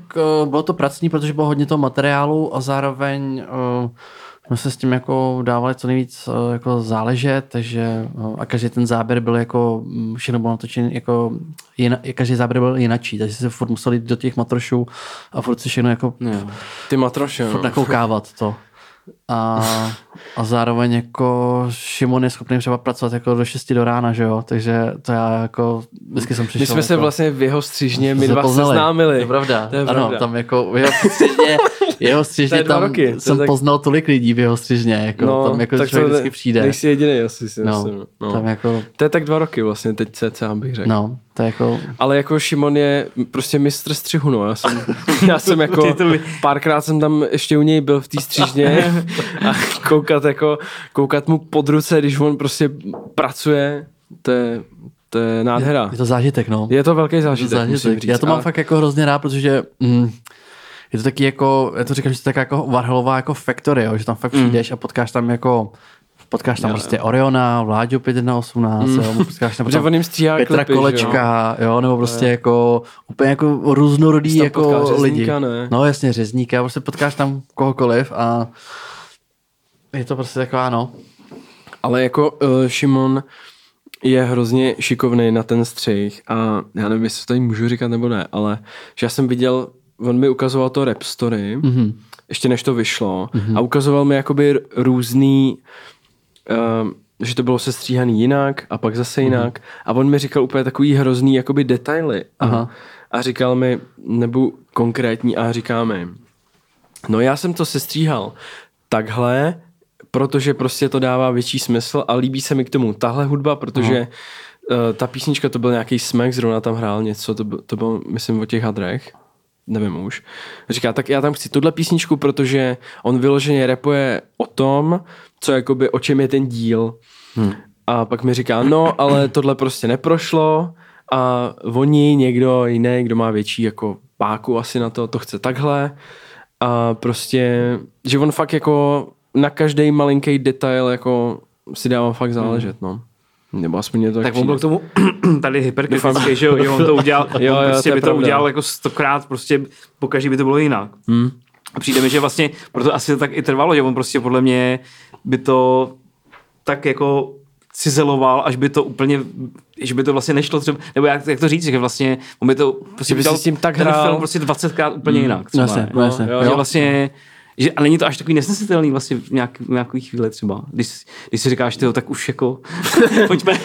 S3: uh, bylo to pracní, protože bylo hodně toho materiálu a zároveň uh, jsme se s tím jako dávali co nejvíc uh, jako záležet, takže uh, a každý ten záběr byl jako, mm, všechno bylo natočen jako, jina, každý záběr byl jinačí, takže se furt museli do těch matrošů a furt si všechno jako
S2: Jo.
S1: Ty matroše,
S3: furt
S1: no.
S3: nakoukávat to. A, a zároveň jako Šimon je schopný třeba pracovat jako do 6 do rána, že jo? Takže to já jako vždycky jsem přišel.
S1: My jsme
S3: jako,
S1: se vlastně v jeho střížně, my
S3: jsme
S1: dva se
S3: poznali.
S1: známili.
S3: To je pravda.
S1: To je pravda.
S3: Ano, tam jako v jeho střižně, jeho
S1: To
S3: střižně
S1: je dva
S3: tam
S1: roky, to je
S3: jsem
S1: tak-
S3: poznal tolik lidí v jeho střižně, jako no, tam jako člověk
S1: to ne-
S3: vždycky přijde.
S1: Nejsi jediný, asi si
S3: no,
S1: myslím. No.
S3: tam jako,
S1: To je tak dva roky vlastně, teď cca bych řekl.
S3: no, to je jako,
S1: Ale jako Šimon je prostě mistr střihu, no. Já jsem, já jsem jako, párkrát jsem tam ještě u něj byl v té střížně a koukat jako, koukat mu pod ruce, když on prostě pracuje, to je, to je nádhera.
S3: je to zážitek, no.
S1: Je to velký zážitek,
S3: zážitek.
S1: musím říct.
S3: Já to mám
S1: ale-
S3: fakt jako hrozně rád, protože mm, je to taky jako, já to říkám, že to je tak jako Varhelová jako factory, jo, že tam
S1: Mm.
S3: fakt přijdeš a potkáš tam jako potkáš tam prostě Oriona, Vláďu 5118, mm. jo, potkáš tam
S1: Protože on jim stříhá
S3: Petra
S1: klipy, že jo?
S3: Kolečka, jo? nebo prostě jako úplně jako různorodý
S1: tam
S3: jako
S1: potkáš
S3: lidi.
S1: řezníka, ne?
S3: No jasně, řezníka, prostě potkáš tam kohokoliv a je to prostě taková, no,
S1: Ale jako uh, Šimon je hrozně šikovný na ten střih a já nevím, jestli to tady můžu říkat nebo ne, ale že já jsem viděl, on mi ukazoval to rap story, mm-hmm. ještě než to vyšlo mm-hmm. a ukazoval mi jakoby r- různý um, že to bylo sestříhaný jinak a pak zase jinak. A on mi říkal úplně takový hrozný jakoby detaily.
S3: Aha.
S1: A říkal mi, nebo konkrétní, a říká mi, no já jsem to sestříhal takhle, protože prostě to dává větší smysl a líbí se mi k tomu tahle hudba, protože uh, ta písnička to byl nějaký smek, zrovna tam hrál něco, to, byl- to bylo, myslím, o těch hadrech nevím už, říká, tak já tam chci tuhle písničku, protože on vyloženě repuje o tom, co jakoby, o čem je ten díl. Hmm. A pak mi říká, no, ale tohle prostě neprošlo a oni, někdo jiný, kdo má větší jako páku asi na to, to chce takhle. A prostě, že on fakt jako na každý malinký detail jako si dává fakt záležet,
S3: Hmm.
S1: no. Nebo aspoň mě to
S2: Tak on byl k tomu tady hyperkritický, že jo, že on to udělal,
S1: Jo,
S2: on
S1: jo, to
S2: prostě
S1: je
S2: by to
S1: pravda.
S2: udělal jako stokrát, prostě po každý by to bylo jinak.
S1: Hmm.
S2: A přijde mi, že vlastně, proto asi to tak i trvalo, že on prostě podle mě by to tak jako cizeloval, až by to úplně, že by to vlastně nešlo třeba, nebo jak, jak to říct, že vlastně, on by to prostě
S1: Že by si
S2: udělal
S1: s tím tak
S2: ten
S1: hrál. Hmm.
S2: film prostě 20krát úplně jinak.
S3: No
S2: Třeba,
S3: jasně,
S2: ne?
S3: no jasně.
S1: jo,
S2: Že
S1: jo.
S2: vlastně, že, a není to až takový nesnesitelný vlastně v nějaký, v nějaký chvíli třeba. Když, když si říkáš, tyjo, tak už jako, pojďme.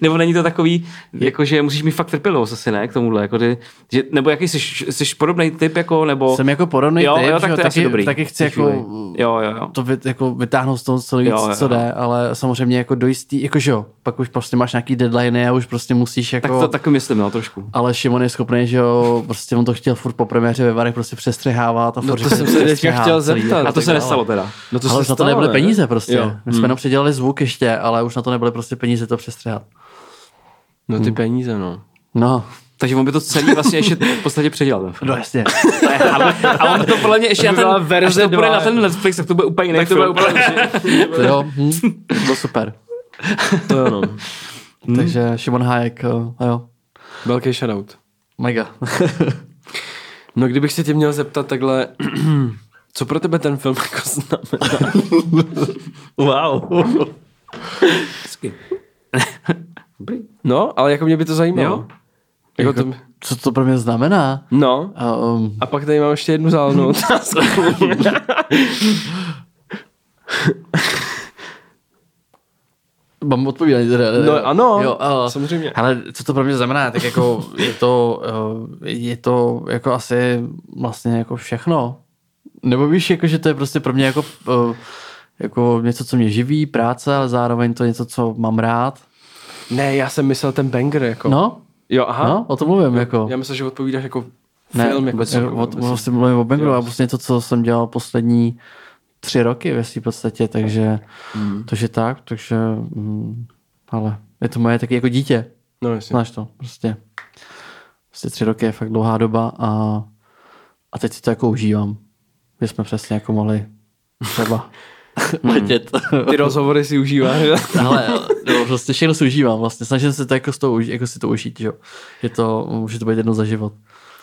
S2: nebo není to takový, jako že musíš mít fakt trpělivost asi, ne, k tomuhle. Jako, ty, že, nebo jaký jsi, jsi podobný typ, jako, nebo...
S3: Jsem jako podobný
S2: jo,
S3: typ,
S2: jo, tak
S3: že
S2: to je
S3: taky,
S2: asi dobrý.
S3: taky
S2: v té
S3: chci jako
S2: chvíli. Jo, jo, jo.
S3: to vy, jako vytáhnout z toho co nejvíc,
S2: Jo, jo,
S3: co
S2: jo.
S3: jde, ale samozřejmě jako do jistý, jako že jo, pak už prostě máš nějaký deadline a už prostě musíš jako...
S2: Tak to taky myslím, no, trošku.
S3: Ale Šimon je schopný, že jo, prostě on to chtěl furt po premiéře ve Varech prostě přestřehávat a furt,
S1: No
S3: že
S1: to jsem se teďka
S3: přestřehá
S1: chtěl
S3: celý. jako.
S1: zeptat.
S2: A to se
S1: tak
S2: nestalo teda.
S1: No
S3: To ale
S1: se
S3: už na to
S1: stalo,
S3: nebyly
S1: ne?
S3: peníze prostě.
S1: Jo. Hmm.
S3: My jsme jenom předělali zvuk ještě, ale už na to nebyly prostě peníze to přestřehat.
S1: No
S3: Hmm.
S1: ty peníze, no.
S3: No,
S2: Takže on by to celý vlastně ještě v podstatě předělal. ten film.
S3: no jasně.
S2: Ne, ale- A on to podle mě ještě
S1: To
S2: na
S1: by byla
S2: ten, až
S1: verze
S2: to bude
S1: dva.
S2: na ten Netflix, tak to bude úplně jiný
S1: Tak to bude
S2: film.
S3: To jo, hm, to bylo super.
S1: To jo, no.
S3: Takže Šimon Hájek, jo, jo,
S1: Velký shoutout.
S3: mega.
S1: No kdybych se tě měl zeptat takhle, co pro tebe ten film jako znamená?
S2: Wow. Hezky. Dobrý.
S1: No, ale jako mě by to zajímalo.
S2: Jo.
S1: Jako to...
S3: Co to pro mě znamená?
S1: No,
S3: A, um,
S1: a pak tady mám ještě jednu zálenou otázku.
S3: mám odpovídat.
S1: No ano,
S3: jo, a,
S1: samozřejmě.
S3: Hele, co to pro mě znamená, tak jako je to, eh, je to jako asi vlastně jako všechno. Nebo víš, jako, že to je prostě pro mě jako, eh, jako něco, co mě živí, práce, ale zároveň to je něco, co mám rád.
S1: Ne, já jsem myslel ten banger, jako.
S3: No,
S1: Jo, aha.
S3: no, o tom mluvím, jako.
S1: Já myslím, že odpovídáš jako
S3: Ne,
S1: film, jako celkově,
S3: o,
S1: myslím.
S3: vlastně mluvím o Bengru,
S1: Jo.
S3: ale prostě něco, co jsem dělal poslední tři roky ve svým podstatě, takže
S1: Mhm.
S3: mm. to, že tak, takže mm, ale je to moje taky jako dítě,
S1: No, jasně.
S3: znáš to, prostě. Prostě tři roky je fakt dlouhá doba a, a teď si to jako užívám, že jsme přesně jako mohli třeba letět.
S1: Ty rozhovory si užíváš.
S3: Ale no, prostě všechno si užívám vlastně, snažím se to jako, z toho, uži- jako si to užít, že jo. Je to, může to být jedno za život.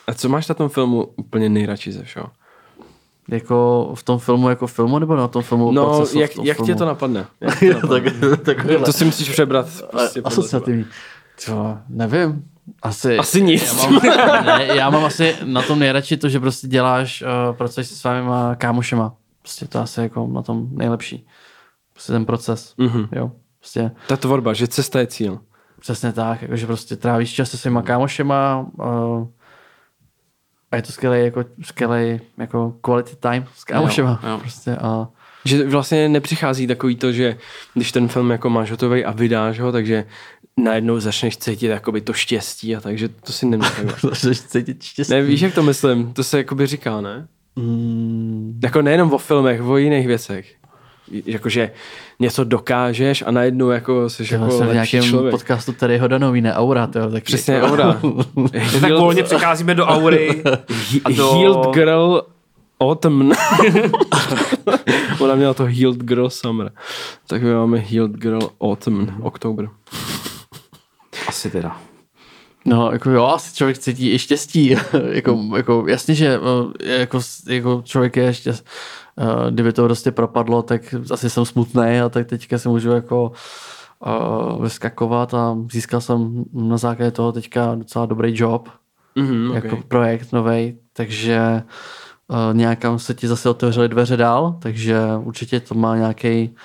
S1: A co máš na tom filmu úplně nejradši ze všeho?
S3: Jako v tom filmu, jako filmu, nebo na tom filmu?
S1: No,
S3: procesu v
S1: jak,
S3: tom
S1: jak tě
S3: filmu?
S1: to napadne? Jak tě
S3: Jo,
S1: napadne?
S3: tak, takovýhle.
S1: To si musíš přebrat. Prostě podle tebe.
S3: asociativní. Co, nevím. Asi,
S1: Asi nic.
S3: Já mám, ne, já mám asi na tom nejradši to, že prostě děláš uh, proces se svýma kámošema. Prostě to asi jako na tom nejlepší. Prostě ten proces.
S1: Mhm.
S3: Jo, prostě
S1: Ta tvorba, že cesta je cíl.
S3: přesně tak, jakože prostě trávíš čas se svýma kámošema uh, a je to skvělý jako, skvělý jako quality time s kámošema.
S2: Jo, jo.
S3: Prostě a
S1: Že vlastně nepřichází takový to, že když ten film jako máš hotový a vydáš ho, takže najednou začneš cítit jakoby to štěstí a takže to si nemyslím.
S3: začneš cítit štěstí.
S1: ne, víš, jak to myslím? To se jakoby říká, ne?
S3: Mm,
S1: Jako nejenom o filmech, o jiných věcech. J- Jakože něco dokážeš a najednou jako jsi
S3: Tyhle,
S1: jako
S3: jsem v
S1: lepší
S3: nějakém
S1: člověk.
S3: podcastu tady Hodanový, ne Aura, to tak jako-
S1: Přesně, aura.
S2: Tak volně přecházíme do aury.
S1: A
S2: A
S1: do...
S2: do-
S1: Healed Girl Autumn. Ona měla to Healed Girl Summer. Tak my máme Healed Girl Autumn, Oktober.
S2: Asi teda.
S3: No, jako jo, asi člověk cítí i štěstí. jako, jako, jasně, že eh, jako, s- jako člověk je ještě, eh, kdyby to prostě propadlo, tak asi jsem smutný a tak teďka si můžu jako uh, vyskakovat a získal jsem na základě toho teďka docela dobrý job,
S2: Mhm,
S1: Mm-hmm,
S3: okay. jako projekt nový, takže eh, uh, nějakam se ti zase otevřely dveře dál, takže určitě to má nějaký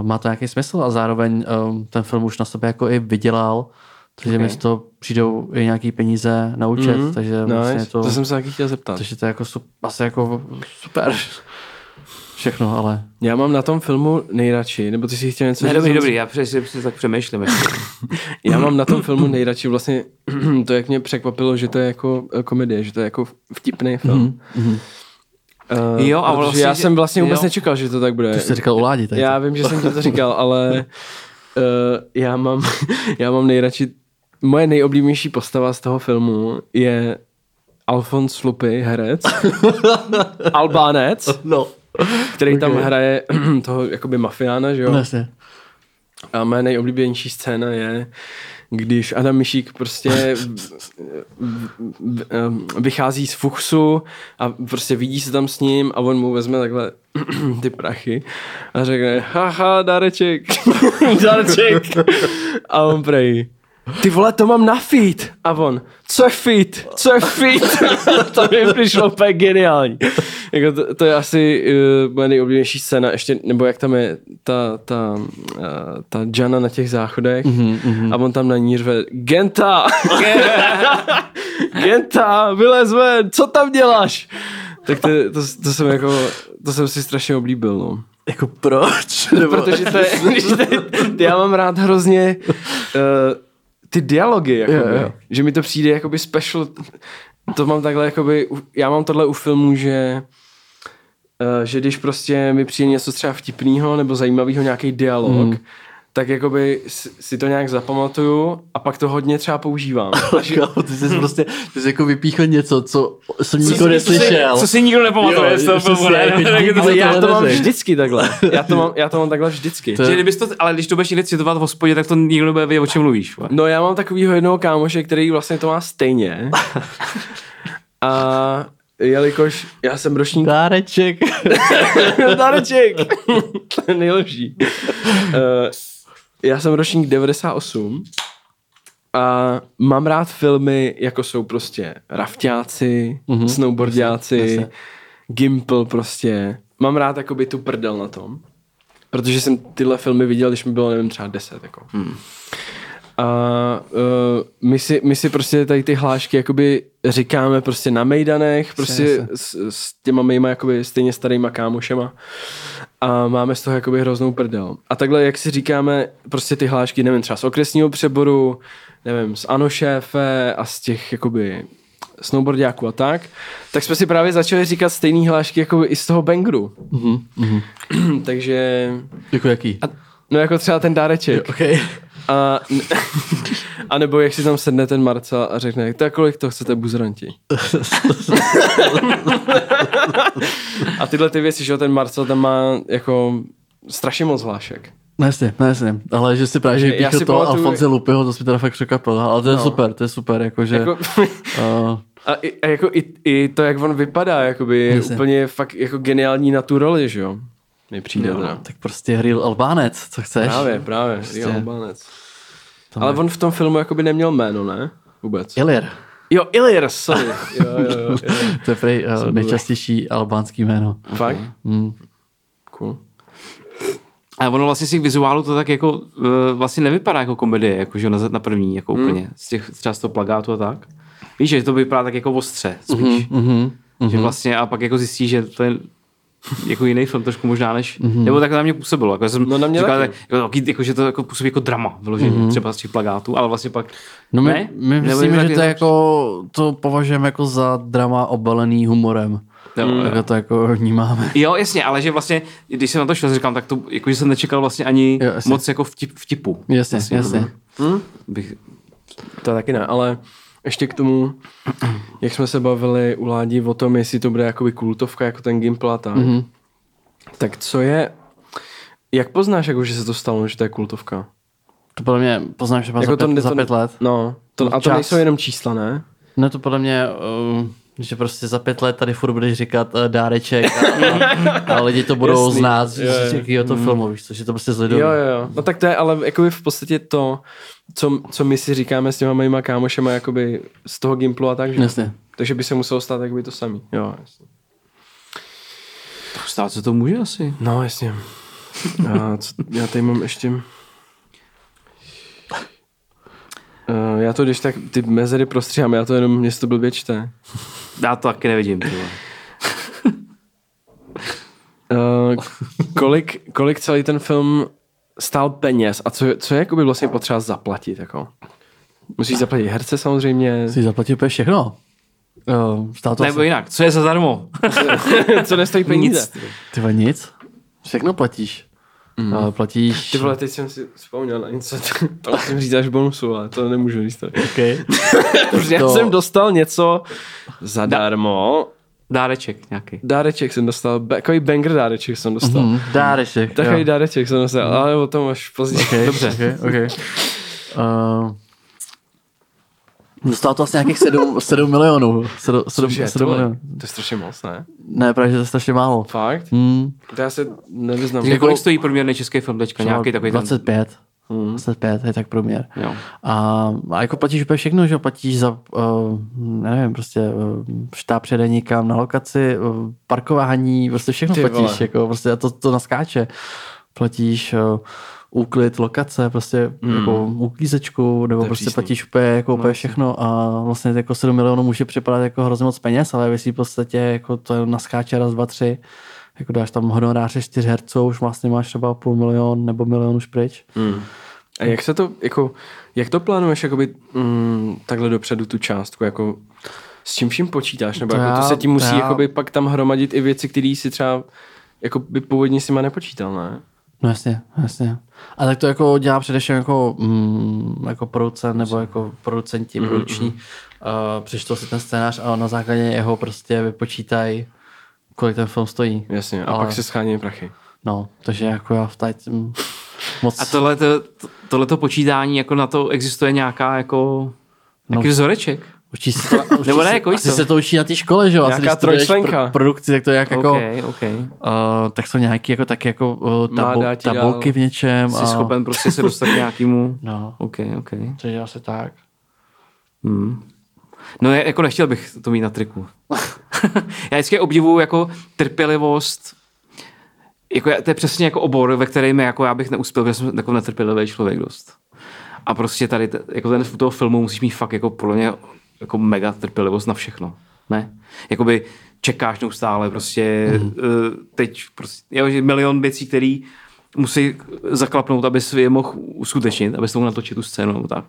S3: uh, má to nějaký smysl a zároveň um, ten film už na sebe jako i vydělal, takže okay. mi z toho přijdou i nějaký peníze na účet, mm-hmm. takže
S1: Mhm. Hm? Nice.
S3: vlastně je
S1: to...
S3: to,
S1: to jsem se taky chtěl zeptat.
S3: takže to je jako sup, asi jako super všechno, ale
S1: Já mám na tom filmu nejradši, nebo ty si chtěl něco
S2: Ne,
S1: říct?
S2: dobrý, dobrý, já přesně si tak přemýšlím. ještě.
S1: Já mám na tom filmu nejradši vlastně to, jak mě překvapilo, že to je jako eh, komedie, že to je jako vtipný film. Uh,
S2: Mhm, Jo, a vlastně,
S1: já
S2: že-
S1: jsem vlastně vůbec
S2: jo.
S1: nečekal, že to tak bude.
S3: ty jsi říkal uládí tady.
S1: Eh, Já vím, že jsem ti to říkal, ale uh, já, mám, já mám nejradši, moje nejoblíbenější postava z toho filmu je Alfons Lupy, herec, Albánec,
S3: No,
S1: který okay. tam
S3: Okay.
S1: hraje toho jakoby mafiána, že jo?
S3: vlastně.
S1: A moje nejoblíbenější scéna je, když Adam Mišík prostě v- v- em, vychází z fuchsu a prostě vidí se tam s ním a on mu vezme takhle ty prachy a řekne, haha, dáreček, dáreček. A on prej, ty vole, to mám na feed. A on, co je feed? Co je feed? to mi přišlo úplně geniální. Jako to, to, je asi uh, moje nejoblíbenější scéna, ještě, nebo jak tam je ta, ta, uh, ta Jana na těch záchodech mm-hmm, mm-hmm. a on tam na ní řve, Genta! Genta, vylez ven, co tam děláš? Tak to, to, to jsem jako, to jsem si strašně oblíbil, no.
S3: Jako proč?
S1: Protože to je, když to, já mám rád hrozně uh, ty dialogy, jakoby,
S3: Jo, jo.
S1: že mi to přijde jakoby special, to mám takhle jakoby, u- já mám tohle u filmů, že uh, že když prostě mi přijde něco třeba vtipného nebo zajímavého, nějaký dialog, mm. tak jakoby si si to nějak zapamatuju a pak to hodně třeba používám.
S3: Kámo, ty jsi prostě, ty jsi jako vypíchl něco, co jsem nikdo
S2: si-
S3: neslyšel.
S2: Co si nikdo nepamatuje
S3: Jo,
S2: z toho
S3: přesně,
S2: filmu, ne?
S3: jako
S2: Tak je to-
S3: díky za
S1: Ale já to
S3: tohle
S1: mám
S3: neřek.
S1: vždycky takhle. Já to mám, já to mám takhle vždycky.
S2: Že kdybys to, ale když to budeš někde citovat v hospodě, tak to nikdo nebude vědět, o čem mluvíš. vole.
S1: No já mám takovýho jednoho kámoše, který vlastně to má stejně. A jelikož já jsem ročník
S3: Dáreček.
S1: dáreček, to je nejlepší. Eh, já jsem ročník 98 a mám rád filmy, jako jsou prostě rafťáci, mm-hmm, snowboardiáci,
S3: Mhm. jasně, jasně.
S1: Gimple prostě. Mám rád jakoby tu prdel na tom. Protože jsem tyhle filmy viděl, když mi bylo, nevím, třeba 10. Jako. Hmm. A uh, my, si, my si prostě tady ty hlášky jakoby říkáme prostě na mejdanech, prostě s, s těma mýma jakoby stejně starýma kámošema a máme z toho jakoby hroznou prdel. A takhle, jak si říkáme prostě ty hlášky, nevím, třeba z okresního přeboru, nevím, z Ano šéfe a z těch jakoby snowboardiáků a tak, tak jsme si právě začali říkat stejný hlášky jako i z toho bangru. Takže,
S3: Jako jaký?
S1: a, no jako třeba ten dáreček.
S3: OK.
S1: A, a nebo jak si tam sedne ten Marcel a řekne, tak kolik to chcete buzranti? a tyhle ty věci, že jo, ten Marcel tam má jako strašně moc hlášek.
S3: No jasně, no jasně. Ale že si právě že
S1: Takže já
S3: vypíchl
S1: si
S3: toho
S1: pamatuju- No.
S3: Alfonze Lupiho, to jsi mi teda fakt překvapil. Ale to je super, to je super, jakože...
S1: Jako,
S3: Uh,
S1: a, i, a jako i, i, to, jak on vypadá, jakoby, je
S3: Jasně.
S1: úplně fakt jako geniální na tu roli, že jo? Mně přijde teda.
S3: tak prostě real Albánec, co chceš?
S1: Právě, právě. Prostě. Jo, Albánec. Ale on v tom filmu jakoby neměl jméno, ne? Vůbec.
S3: Ilir.
S1: Jo, Ilir, sorry. Jo, jo, jo, jo.
S3: To je prej uh, nejčastější albánský jméno.
S1: Fakt? Hmm.
S3: Mm.
S1: Cool.
S2: A ono vlastně z těch vizuálů to tak jako eh, vlastně nevypadá jako komedie, jako že na, na první, jako
S3: Hmm.
S2: úplně, z těch, třeba z toho plagátu a tak. Víš, že to vypadá tak jako ostře spíš.
S3: Mhm.
S2: Že vlastně a pak jako zjistí, že to je jako jiný film trošku možná než,
S3: Mhm.
S2: nebo tak na mě působilo. Jako já jsem
S1: No na mě
S2: říkal,
S1: taky.
S2: tak, jako, taky, jako, že to jako působí jako drama, vyloženě třeba z těch plagátů, ale vlastně pak
S3: Mhm. No my,
S2: ne?
S3: my
S2: Nebo
S3: myslíme, že
S2: taky-
S3: to je jako, to považujeme jako za drama obalený humorem.
S2: Jo, jo.
S3: Tak to jako vnímáme.
S2: Jo, jasně, ale že vlastně, když jsem na to šel, říkám, tak to, jako, že jsem nečekal vlastně ani
S3: Jo,
S2: jo,
S3: jasně.
S2: moc jako vtip, vtipu. Hm?
S3: Jasně, jasně.
S2: Bych,
S1: To taky ne, ale ještě k tomu, jak jsme se bavili u Ládi o tom, jestli to bude jakoby kultovka, jako ten Gimple a tak.
S3: Mhm.
S1: Mm-hmm. Tak co je, jak poznáš, jako, že se to stalo, že to je kultovka?
S3: To podle mě poznáš třeba jako No, za, pět,
S1: to,
S3: za pět let.
S1: No, to, a to
S3: Čas.
S1: nejsou jenom čísla, ne?
S3: No to podle mě, uh, že prostě za pět let tady furt budeš říkat uh, dáreček a, a, lidi to budou
S1: Jasný.
S3: znát
S1: Jo,
S3: z, z
S1: jo.
S3: jakého to filmu, víš co, že to prostě zlidují.
S1: Jo, jo, jo. No tak to je ale jakoby v podstatě to, co, co my si říkáme s těma mýma kámošema jakoby z toho Gimplu a tak, že?
S3: Jasně.
S1: Takže by se muselo stát jakoby to samý. Jo, jasně.
S2: stát se to může asi.
S1: No, jasně. A co, já tady mám ještě... Eh, já to když tak ty mezery prostříhám, já to jenom mě se to blbě čte.
S2: Já to taky nevidím. ty vole.
S1: Eh, kolik, kolik celý ten film stál peněz a co, co je jakoby vlastně potřeba zaplatit? Jako? Musíš zaplatit herce samozřejmě,
S3: Jsi zaplatil úplně všechno. Uh, stál to
S2: Nebo
S3: asi,
S2: jinak, co je zadarmo?
S1: co nestojí peníze.
S2: Nic.
S3: ty vole, nic. Všechno platíš. Mm. Uh, platíš...
S1: Hmm. Ty vole, teď jsem si vzpomněl na něco, to- to musím říct až v bonusu, ale to nemůžu říct. tady.
S3: okay.
S1: Protože já
S3: To-
S1: jsem dostal něco zadarmo.
S2: Dáreček nějaký.
S3: Jako-
S1: Dáreček jsem dostal, ba- takový banger dáreček jsem dostal.
S3: Hmm, dáreček.
S1: Takový
S3: jo.
S1: dáreček jsem dostal, ale o tom až později.
S3: Okay, Dobře. Okay, okay. Uh, dostal to asi nějakých 7, 7 milionů. 7, 7,
S1: Že,
S3: 7
S1: tohle,
S3: milionů.
S1: to je strašně moc, ne?
S3: Ne, právě, že to je strašně málo.
S1: Fakt?
S3: Hmm,
S1: To já se nevyznám. Jako-
S2: Takže
S3: Jako-
S2: kolik Jako, stojí průměrný český film teďka? Nějaký takový ten-
S3: 25. Hmm. 25 je tak průměr.
S2: Jo.
S3: A, a jako platíš úplně všechno, že jo? platíš za, uh, nevím, prostě uh, štáb přede někam na lokaci, uh, parkování, prostě všechno
S1: Ty
S3: Ty platíš,
S1: vole.
S3: vole. jako prostě a to, to naskáče. Platíš uh, úklid lokace, prostě mm. jako uklízečku, nebo
S1: Hmm. je
S3: prostě
S1: přísný. No,
S3: platíš úplně, jako úplně všechno a vlastně jako 7 milionů může připadat jako hrozně moc peněz, ale vy si v podstatě jako to naskáče raz, dva, tři, jako dáš tam honoráře čtyř herců, už vlastně máš třeba půl milion nebo milion už pryč.
S1: Hmm. A jak se to, jako, jak to plánuješ, jakoby, mm, takhle dopředu tu částku, jako, s čím vším počítáš, nebo to,
S3: To
S1: jako,
S3: já-
S1: to se ti musí,
S3: já-
S1: jakoby, pak tam hromadit i věci, které si třeba, jako by původně si má nepočítal, ne?
S3: No jasně, jasně. A tak to jako dělá především jako, mm, jako producent nebo jako producenti produční. Uh, přečtou si ten scénář a na základě jeho prostě vypočítají, kolik ten film stojí.
S1: Jasně, a
S3: Ale-
S1: pak se schání prachy.
S3: No, takže jako já v tady mm, moc...
S2: A tohle, to, tohleto počítání, jako na to existuje nějaká jako, nějaký
S3: No.
S2: vzoreček?
S3: Učí se to, učí
S2: Nebo ne,
S3: se,
S2: jako
S3: asi
S2: jistě.
S3: se to učí na té škole, že jo?
S1: Nějaká
S3: Asi, když studuješ
S1: trojčlenka.
S3: Pro, produkci, tak to je jak jako...
S2: OK,
S3: Okay.
S2: OK.
S3: Uh, tak jsou nějaký jako tak jako uh, tabu,
S1: Mládá ti dál.
S3: tabulky v něčem.
S2: Jsi schopen prostě se dostat k nějakému...
S3: No,
S2: OK, OK.
S3: takže asi tak.
S2: Hmm. No ne, jako nechtěl bych to mít na triku. já vždycky obdivuju jako trpělivost jako já, to je přesně jako obor, ve kterém jako já bych neuspěl, protože jsem jako netrpělivý člověk dost. A prostě tady t- jako ten u toho filmu musíš mít fakt jako podle mě jako mega trpělivost na všechno. Ne? Jakoby čekáš neustále prostě mm. teď prostě, jo, že milion věcí, který musí zaklapnout, aby si je mohl uskutečnit, aby si mohl natočit tu scénu nebo tak.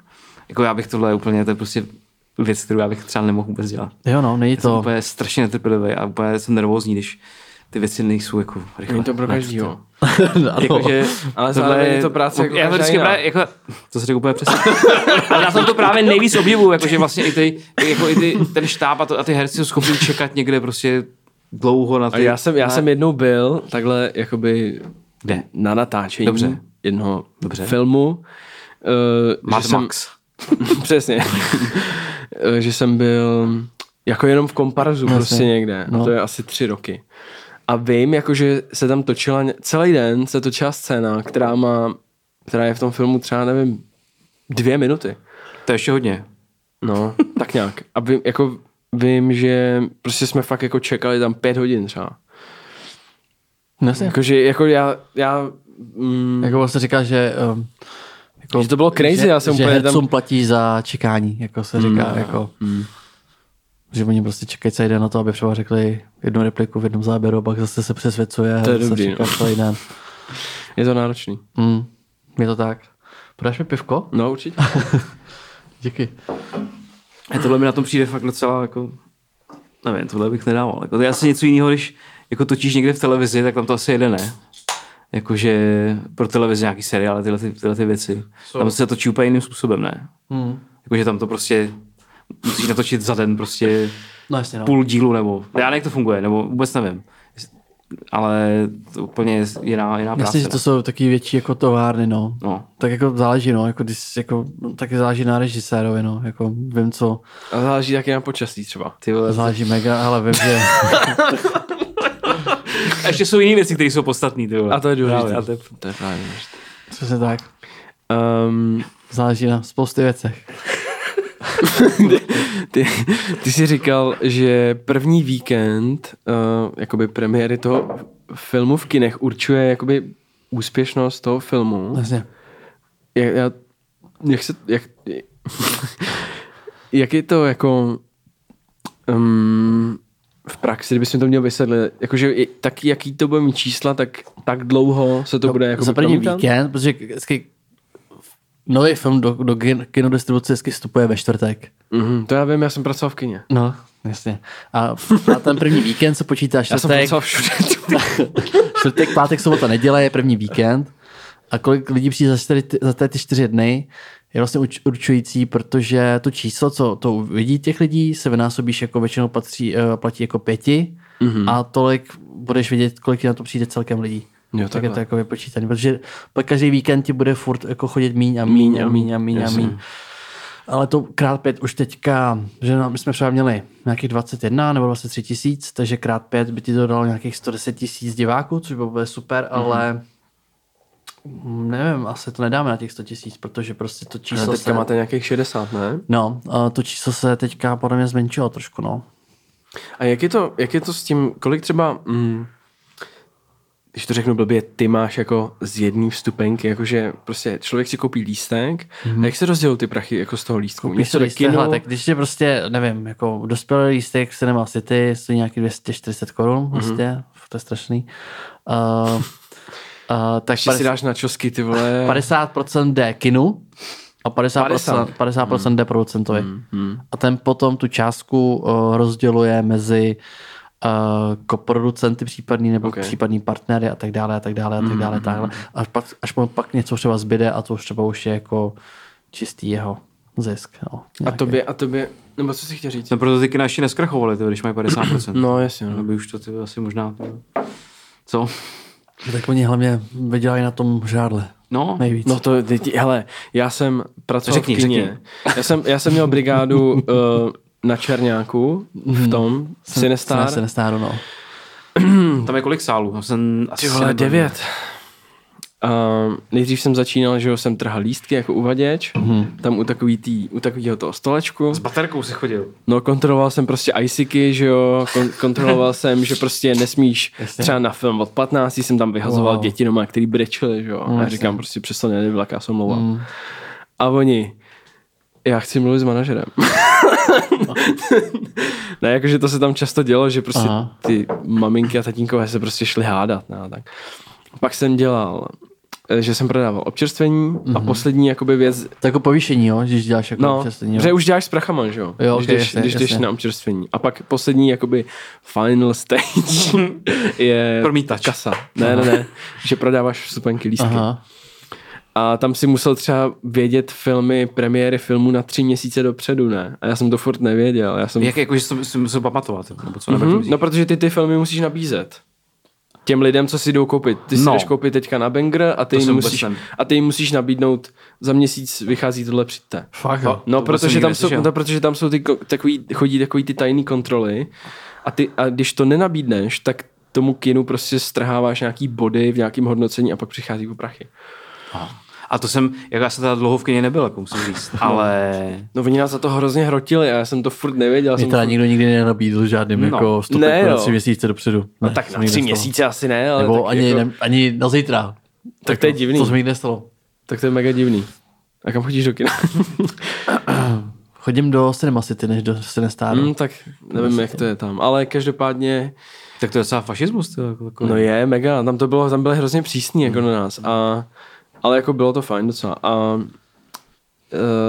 S2: Jako já bych tohle úplně, to je prostě věc, kterou já bych třeba nemohl vůbec dělat.
S3: Jo no, není
S2: Já jsem
S3: to...
S2: úplně strašně netrpělivý a úplně jsem nervózní, když ty věci nejsou jako rychle.
S1: Není to pro
S2: Ne, prostě-
S1: každýho. Jako,
S3: Ano.
S2: Jakože,
S1: Ale zároveň je to práce jako
S2: já to
S1: každá
S2: vždycky
S1: jiná.
S2: právě, jako, to se řekl úplně přesně. Ale já jsem to právě nejvíc obdivuju, jakože vlastně i, ty, jako i ty, ten štáb a, to, a ty herci jsou schopni čekat někde prostě dlouho na ty...
S1: A já jsem, já
S2: na-
S1: jsem jednou byl takhle jakoby
S2: Kde?
S1: na natáčení
S2: Dobře.
S1: jednoho
S2: Dobře.
S1: filmu. Uh,
S2: Mad Max.
S1: Přesně. Eh, že jsem byl jako jenom v komparzu Jasně. prostě někde. No. A
S3: No.
S1: to je asi tři roky. A vím, jakože se tam točila, ně- celý den se točila scéna, která má, která je v tom filmu třeba, nevím, dvě minuty.
S2: To je ještě hodně.
S1: No, tak nějak. A vím, jako, vím, že prostě jsme fakt jako čekali tam pět hodin třeba.
S3: No Jasně.
S1: Jakože, jako já, já mm,
S3: Jako vlastně říká, že... Um, jako,
S1: Že to bylo crazy,
S3: že,
S1: já jsem
S3: že
S1: úplně tam- Hmm.
S3: hercům platí za čekání, jako se říká, mm, jako... Mm. Že oni prostě čekají celý den na to, aby třeba řekli jednu repliku v jednom záběru a pak zase se přesvědcuje.
S1: To je
S3: a zase
S1: dobrý,
S3: čeká
S1: no.
S3: celý den.
S1: je to náročný.
S3: Mm, je to tak. Podáš mi pivko?
S1: No, určitě.
S3: Díky.
S2: A tohle mi na tom přijde fakt docela jako... Nevím, tohle bych nedával. Jako, to je asi něco jiného, když jako točíš někde v televizi, tak tam to asi jede, ne? Jakože pro televizi nějaký seriály, tyhle, ty, tyhle ty věci. Tam se točí úplně jiným způsobem, ne?
S1: Hmm.
S3: Mm.
S2: Jakože tam to prostě musíš natočit za den prostě
S3: No jasně, no.
S2: půl dílu nebo, já nevím, jak to funguje, nebo vůbec nevím. Ale to úplně je jiná, jiná práce.
S3: Myslím,
S1: no.
S3: že to jsou taky větší jako továrny, no.
S2: ne? no.
S3: Tak jako záleží, no, jako, když, jako taky záleží na režisérovi, no, jako vím, co,
S1: A záleží taky na počasí třeba.
S2: Ty vole,
S3: záleží mega, ale vím, že...
S2: a ještě jsou jiné věci, které jsou podstatné. ty vole.
S1: A to je důležité.
S2: Právě, a to je-
S1: to je právě důležité.
S3: Přesně tak.
S1: Um,
S3: Záleží na spousty věcech.
S1: Ty, ty jsi říkal, že první eh, víkend uh, jakoby premiéry toho filmu v kinech určuje jakoby úspěšnost toho filmu.
S3: Jasně.
S1: Jak, já, jak se, jak, jak je to jako um, v praxi, kdybys mi to měl vysvětlit, jakože i- tak jaký to bude mít čísla, tak tak dlouho se to bude jako
S3: No, za první víkend, protože vždycky nový film do, do kin- kinodistribuce vždycky vstupuje ve čtvrtek.
S1: Mm-hmm, to já vím, já jsem pracoval v kině.
S3: No, jasně. A na ten první víkend se počítá
S1: Já jsem
S3: čtvrtek,
S1: pracoval všude.
S3: čtvrtek, pátek, sobota, neděle je první víkend. A kolik lidí přijde za, čtyři, za té ty čtyři dny, je vlastně uč- určující, protože to číslo, co to vidí těch lidí, se vynásobíš jako většinou patří, eh, platí jako pěti mm-hmm. a tolik budeš vědět, kolik ti na to přijde celkem lidí.
S1: Jo,
S3: tak
S1: takhle.
S3: je to jako vypočítané, protože pak každý víkend ti bude furt jako chodit míň a míň a míň a míň a míň. Ale to krát pět už teďka, že na- my jsme třeba měli nějakých 21 nebo 23 tisíc, takže krát pět by ti to dalo nějakých 110 tisíc diváků, což by bylo super,
S1: Mhm.
S3: mm-hmm. ale mm, nevím, asi to nedáme na těch 100 tisíc, protože prostě to
S1: A
S3: číslo
S1: teďka
S3: se...
S1: máte nějakých 60, ne?
S3: No, a to číslo se teďka podle mě zmenšilo trošku, no.
S1: A jak je to, jak je to s tím, kolik třeba, mm, když to řeknu blbě, ty máš jako z jedné vstupenky, jakože prostě člověk si koupí lístek, mm-hmm. a jak se rozdělou ty prachy jako z toho lístku?
S3: Víš, co lístek,
S1: no.
S3: hele, tak když je prostě, nevím, jako dospělý lístek v Cinema City stojí nějaký 240
S1: Mhm.
S3: korun, prostě, mm-hmm. to je strašný. Uh, uh, tak
S1: Ještě si dáš na čosky, ty vole.
S3: 50% jde kinu a 50%, 50% jde producentovi.
S1: Hmm,
S3: A ten potom tu částku uh, rozděluje mezi uh, koproducenty případný nebo
S1: Ok. Hmm,
S3: okay. případný partnery a tak dále a tak dále a tak dále. A tak dále. Až, pak, až mu pak něco třeba zbyde a to už třeba už je jako čistý jeho zisk. No,
S1: A
S3: nějaký.
S1: tobě, a tobě, nebo co si chtěl říct?
S2: No proto ty kina ještě neskrachovali, ty, když mají 50%. no.
S1: No jasně, no.
S2: by už to ty asi možná... Co?
S3: Tak oni hlavně vydělají na tom žádle.
S2: No,
S3: Nejvíc.
S1: No to, ty, ty, hele, já jsem pracoval
S2: Řekni,
S1: v kině. Já jsem, já jsem měl brigádu uh, na Černáku v tom, Sinestar.
S3: Se nestáru, no.
S2: hm, tam je kolik sálů? Já Jsem asi
S1: Ty vole,
S2: nebyl.
S1: devět. Uh, nejdřív jsem začínal, že jo, jsem trhal lístky jako uvaděč, mm-hmm. tam u takový tý, u takového toho stolečku.
S2: S baterkou si chodil.
S1: No, kontroloval jsem prostě ICky, že jo, kon- kontroloval jsem, že prostě nesmíš třeba na film od 15, jsem tam vyhazoval wow.
S3: Wow.
S1: děti doma, který brečili, že jo. a já říkám prostě přesto nebyla, já jsem mluvil. Mm. A oni, já chci mluvit s manažerem. ne, jakože to se tam často dělo, že prostě
S3: Aha.
S1: ty maminky a tatínkové se prostě šli hádat. No, tak. Pak jsem dělal, eh, že jsem prodával občerstvení mm-hmm. a poslední jakoby věc,
S3: To je jako povýšení, jo, když děláš jako
S1: No,
S3: přesně, jo.
S1: že už děláš s prachama, že jo?
S3: Jo,
S1: když
S3: ok,
S1: jdeš,
S3: jasně,
S1: když jdeš
S3: jasně.
S1: na občerstvení. A pak poslední, jakoby final stage je
S2: Promítač.
S1: kasa. Ne, ne, ne. že prodáváš vstupenky lístky. Aha.
S3: Aha.
S1: A tam si musel třeba vědět filmy, premiéry filmů na tři měsíce dopředu, ne? A já jsem to furt nevěděl. Já jsem...
S2: Jak, jako, že jsem si musel pamatovat, nebo co? Nebo
S1: Mhm, no, protože ty ty filmy musíš nabízet. Těm lidem, co si jdou koupit. Ty si
S2: No.
S1: jdeš koupit teďka na Banger a ty,
S2: To
S1: jim
S2: jsem vůbec
S1: musíš,
S2: ne-
S1: a ty jim musíš nabídnout za měsíc vychází tohle přijďte.
S3: Fakt, jo.
S1: No,
S2: To vůbec jsem
S1: protože
S2: nikdy
S1: tam, jsou,
S2: neslyšel.
S1: no, protože tam jsou ty ko- takový, chodí takový ty tajný kontroly a, ty, a když to nenabídneš, tak tomu kinu prostě strháváš nějaký body v nějakém hodnocení a pak přichází po prachy.
S2: A to jsem, jak já jsem teda dlouho v kyně nebyl, jako musím říct, ale...
S1: No oni nás za to hrozně hrotili a já jsem to furt nevěděl. já
S3: Mě
S1: Jsem
S3: teda
S1: furt...
S3: nikdo nikdy nenabídl žádným
S2: No.
S3: no. jako vstup
S1: Ne,
S3: jako na
S1: jo. No
S3: tři měsíce dopředu. Ne,
S1: tak
S3: to
S1: na
S3: mi
S1: tři
S3: nestalo.
S1: měsíce asi ne, ale
S3: Nebo
S1: tak,
S3: ani,
S1: jako,
S3: ne, ani na zítra.
S1: tak to je divný.
S3: To se mi nikdy nestalo.
S1: Tak to je mega divný. A kam chodíš do kina?
S3: Chodím do Cinema City, než do Cinestáru.
S1: hmm, tak nevím, jak to je tam. Ale každopádně
S2: Tak to je docela fašismus, to jako, jako,
S1: No je, mega, tam to bylo, tam byly hrozně přísní jako na nás, a, ale jako bylo to fajn docela a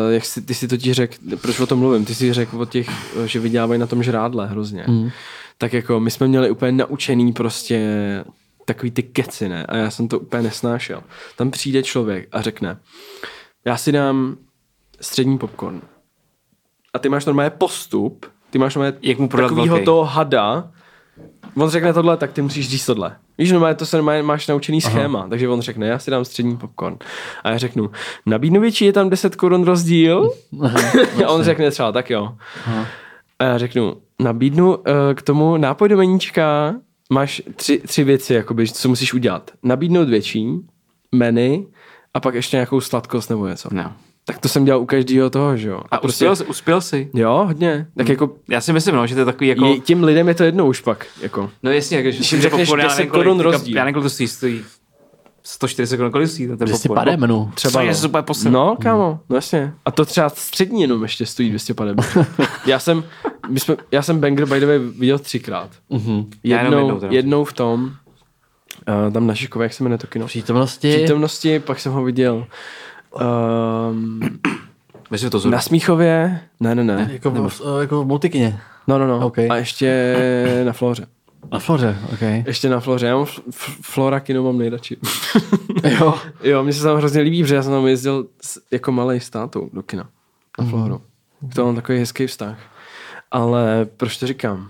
S1: Uh, jak jsi, ty si totiž řekl, proč o tom mluvím, ty si řekl o těch, eh, že vydělávají na tom žrádle hrozně. Mm. Tak jako my jsme měli úplně naučený prostě takový ty keci, ne? A já jsem to úplně nesnášel. Tam přijde člověk a řekne, já si dám střední popcorn. A ty máš normálně postup, ty máš normálně
S2: Jak mu prodat
S1: takovýho
S2: velký.
S1: toho hada, On řekne tohle, tak ty musíš říct tohle. Víš, no to se normálně máš naučený schéma, Aha. takže on řekne, já si dám střední popcorn. A já řeknu, nabídnu větší, je tam 10 korun rozdíl. a on řekne třeba, tak jo. Aha. A já řeknu, nabídnu uh, k tomu nápoj do meníčka, máš tři, tři věci, jakoby, co musíš udělat. Nabídnout větší, menu a pak ještě nějakou sladkost nebo něco.
S2: No.
S1: Tak to jsem dělal u každého toho, že jo. prostě-
S2: A, a uspěl, jsi- uspěl jsi?
S1: Jo, hodně. Tak jako,
S2: Já si myslím, no, že to je takový jako...
S1: je, těm lidem je to jedno už pak. Jako.
S2: No jasně, když
S1: jim
S2: si
S1: řekneš
S2: popcorn, já
S1: 10
S2: nevím, kolik-
S1: korun
S2: teďka-
S1: rozdíl.
S2: Já nevím, kolik to stojí, stojí 140 korun, kolik stojí ten popcorn?
S3: 250 menu.
S2: Třeba je super poslední.
S1: No, kámo, no jasně. A to třeba střední jenom ještě stojí 250. já jsem, my jsme, já jsem Banger by the way viděl třikrát.
S3: Mhm.
S2: Já jenom jednou
S1: Jednou,
S2: teda.
S1: jednou v tom, uh, tam na Žikově, jak se jmenuje to kino?
S3: Přítomnosti.
S1: Přítomnosti, pak jsem ho viděl um,
S2: Myslím, to zhruba.
S1: na Smíchově, ne, ne, ne,
S3: Jako, Nebo... jako v multikyně.
S1: no, no, no,
S3: Okay.
S1: a ještě na Floře.
S3: Na Floře, ok.
S1: Ještě na Floře, já mám fl- fl- Flora kino mám nejradši.
S3: Jo.
S1: jo, mně se tam hrozně líbí, protože já jsem tam jezdil s, jako malý s tátou do kina. Na Floru. K tomu mám takový hezký vztah. Ale proč to říkám?